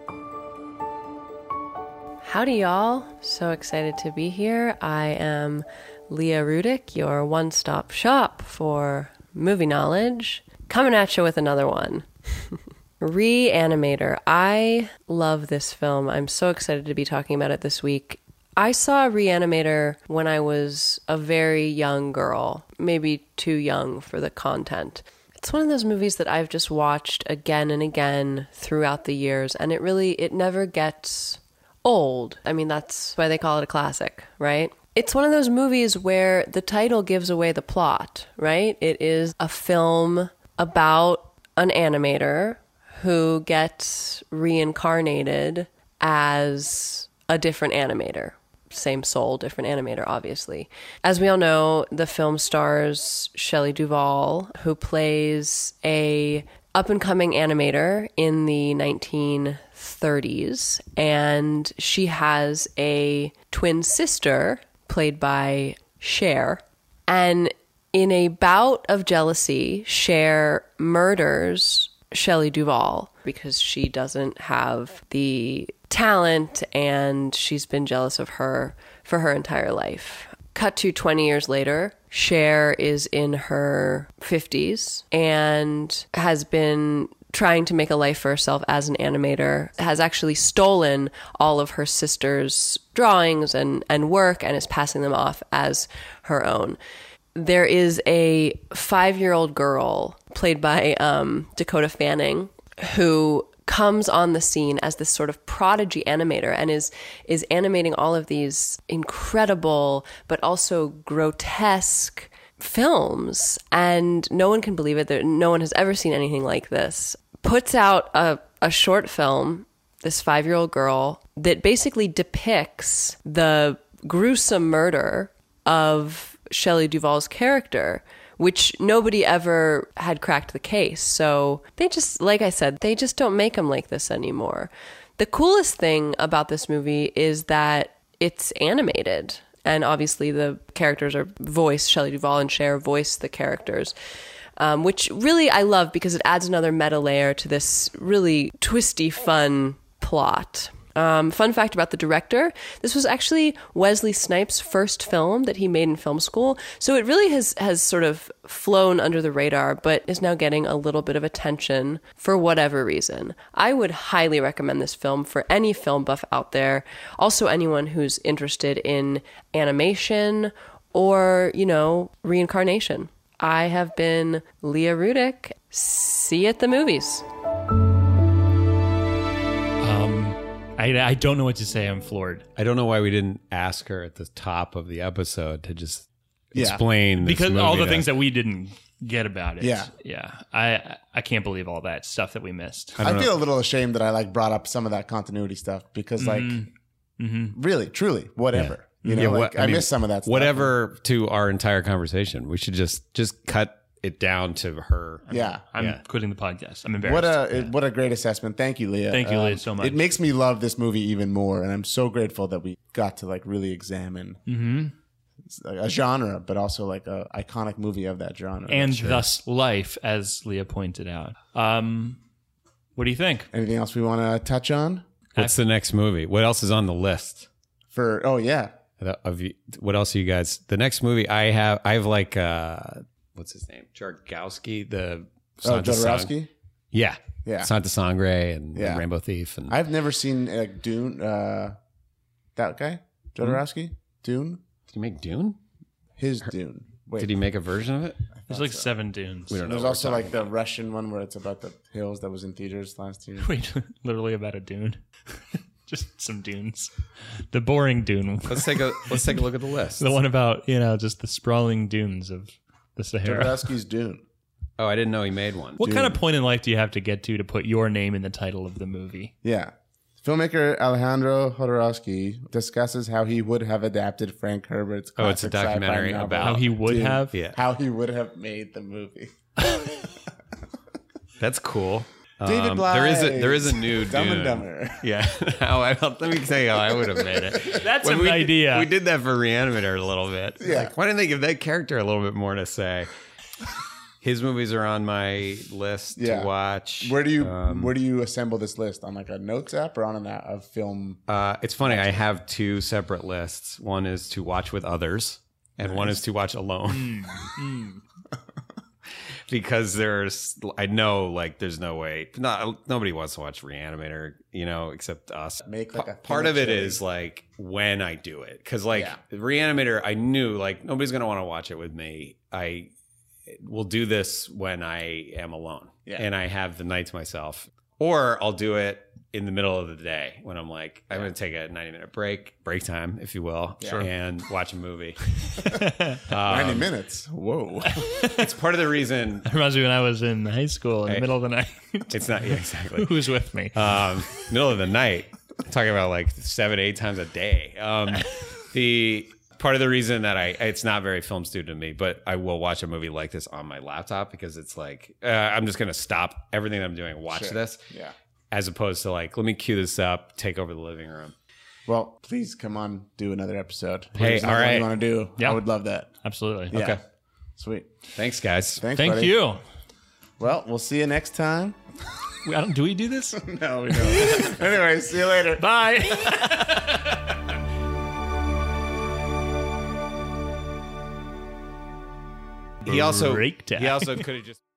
Howdy, y'all. So excited to be here. I am Leah Rudick, your one stop shop for movie knowledge. Coming at you with another one *laughs* Reanimator. I love this film. I'm so excited to be talking about it this week. I saw Reanimator when I was a very young girl, maybe too young for the content. It's one of those movies that I've just watched again and again throughout the years and it really it never gets old. I mean, that's why they call it a classic, right? It's one of those movies where the title gives away the plot, right? It is a film about an animator who gets reincarnated as a different animator. Same soul, different animator, obviously. As we all know, the film stars Shelley Duvall, who plays a up and coming animator in the 1930s, and she has a twin sister played by Cher. And in a bout of jealousy, Cher murders Shelley Duvall because she doesn't have the talent and she's been jealous of her for her entire life. Cut to 20 years later, Cher is in her 50s and has been trying to make a life for herself as an animator, has actually stolen all of her sister's drawings and, and work and is passing them off as her own. There is a five year old girl played by um, Dakota Fanning who comes on the scene as this sort of prodigy animator and is is animating all of these incredible but also grotesque films and no one can believe it There- no one has ever seen anything like this puts out a, a short film this five year old girl that basically depicts the gruesome murder of Shelley Duvall's character, which nobody ever had cracked the case. So they just, like I said, they just don't make them like this anymore. The coolest thing about this movie is that it's animated. And obviously, the characters are voiced. Shelley Duvall and Cher voice the characters um, which really I love because it adds another meta layer to this really twisty, fun plot. Um, fun fact about the director this was actually Wesley Snipes' first film that he made in film school. So it really has, has sort of flown under the radar, but is now getting a little bit of attention for whatever reason. I would highly recommend this film for any film buff out there, also, anyone who's interested in animation or, you know, reincarnation. I have been Leah Rudick. See you at the movies.
I, I don't know what to say. I'm floored.
I don't know why we didn't ask her at the top of the episode to just
Yeah.
explain this
because all
movie
the
uh, to-
things that we didn't get about it.
Yeah.
yeah. I I can't believe all that stuff that we missed.
I, feel a little ashamed that I like brought up some of that continuity stuff because like really, truly, whatever. You know,
Mm-hmm. Yeah,
like,
what-
I,
I mean,
missed some of that stuff.
whatever to our entire conversation. We should just just cut it down to her.
Yeah.
I'm
Yeah.
quitting the podcast. I'm embarrassed.
What uh, a what a great assessment. Thank you, Leah. Um,
Thank you, Leah, so much.
It makes me love this movie even more, and I'm so grateful that we got to like really examine a genre, but also like a iconic movie of that genre.
and thus life, as Leah pointed out. Um, what do you think?
anything else we want to touch on
What's the next movie? What else is on the list?
for? Oh yeah,
Of you, what else are you guys? The next movie I have, I have like uh, what's his name? Jargowski, the
oh,
Santa Sang-
Jodorowsky.
Yeah,
Yeah.
Santa Sangre and
Yeah.
Rainbow Thief and
I've never seen like Dune. Uh, that guy, Jodorowsky, Dune,
did he make Dune?
his Dune. Wait,
Did he make a version of it?
There's like seven dunes.
We don't know.
there's
what we're
also
talking
like the Russian one where it's about the hills that was in theaters last
*laughs*
year.
Wait, literally about a dune. *laughs* just some dunes. The boring dune.
about. Let's take a let's take a look at the list.
The one about, you know, just the sprawling dunes of the Sahara.
Jodorowsky's Dune.
Oh, I didn't know he made one.
What kind of point in life do you have to get to to put your name in the title of the movie?
Yeah. Filmmaker Alejandro Jodorowsky discusses how he would have adapted Frank Herbert's
Oh, it's a
classic sci-fi
documentary
novel.
about-
How he would
Dune.
have?
Oh, Yeah,
how he would have made the movie.
that's cool.
David
Um,
Blythe.
There is a there is a new
*laughs* Dumb
Dune.
and Dumber.
Yeah. *laughs* how I, let me tell you how I would have made it.
That's
When
an
we,
idea.
We did that for Reanimator a little bit.
Yeah.
Like, why didn't they give that character a little bit more to say? His movies are on my list
Yeah.
to watch.
Where do you
Um,
where do you assemble this list on like a notes app or on an app of film?
uh, it's funny. I have two separate lists. One is to watch with others, and one is to watch alone.
Hmm,
*laughs* because there's, I know, like, there's no way. Not nobody wants to watch Reanimator, you know, except us.
Make like a
part of it
chili.
is like when I do it, because like
Yeah.
Reanimator, I knew like nobody's gonna want to watch it with me. I will do this when I am alone
Yeah.
and I have the night to myself, or I'll do it in the middle of the day when I'm like I'm gonna take a 90 minute break, break time, if you will,
Sure.
and watch
*laughs*
a movie.
Ninety
Um,
minutes. Whoa.
it's part of the reason
Reminds me when I was in high school in the
Hey.
middle of the night. *laughs*
it's not yeah, exactly.
Who's with me?
um, middle of the night. Talking about like seven, eight times a day.
*laughs*
Um, the part of the reason that I it's not very film student to me, but I will watch a movie like this on my laptop because it's like uh, I'm just gonna stop everything that I'm doing, and watch
Sure.
this,
yeah.
as opposed to like let me cue this up, take over the living room.
Well, please come on, do another episode.
Hey,
Is that
all
what
right.
You want to do?
Yeah.
I would love that.
Absolutely.
Yeah.
Okay.
Sweet.
Thanks, guys.
Thanks,
Thank
buddy.
you.
Well, we'll see you next time. *laughs*
We- I don't- do we do
*laughs*
this?
No, we don't. *laughs* anyway, see you later.
Bye.
He also
Breakdown.
he also could have just.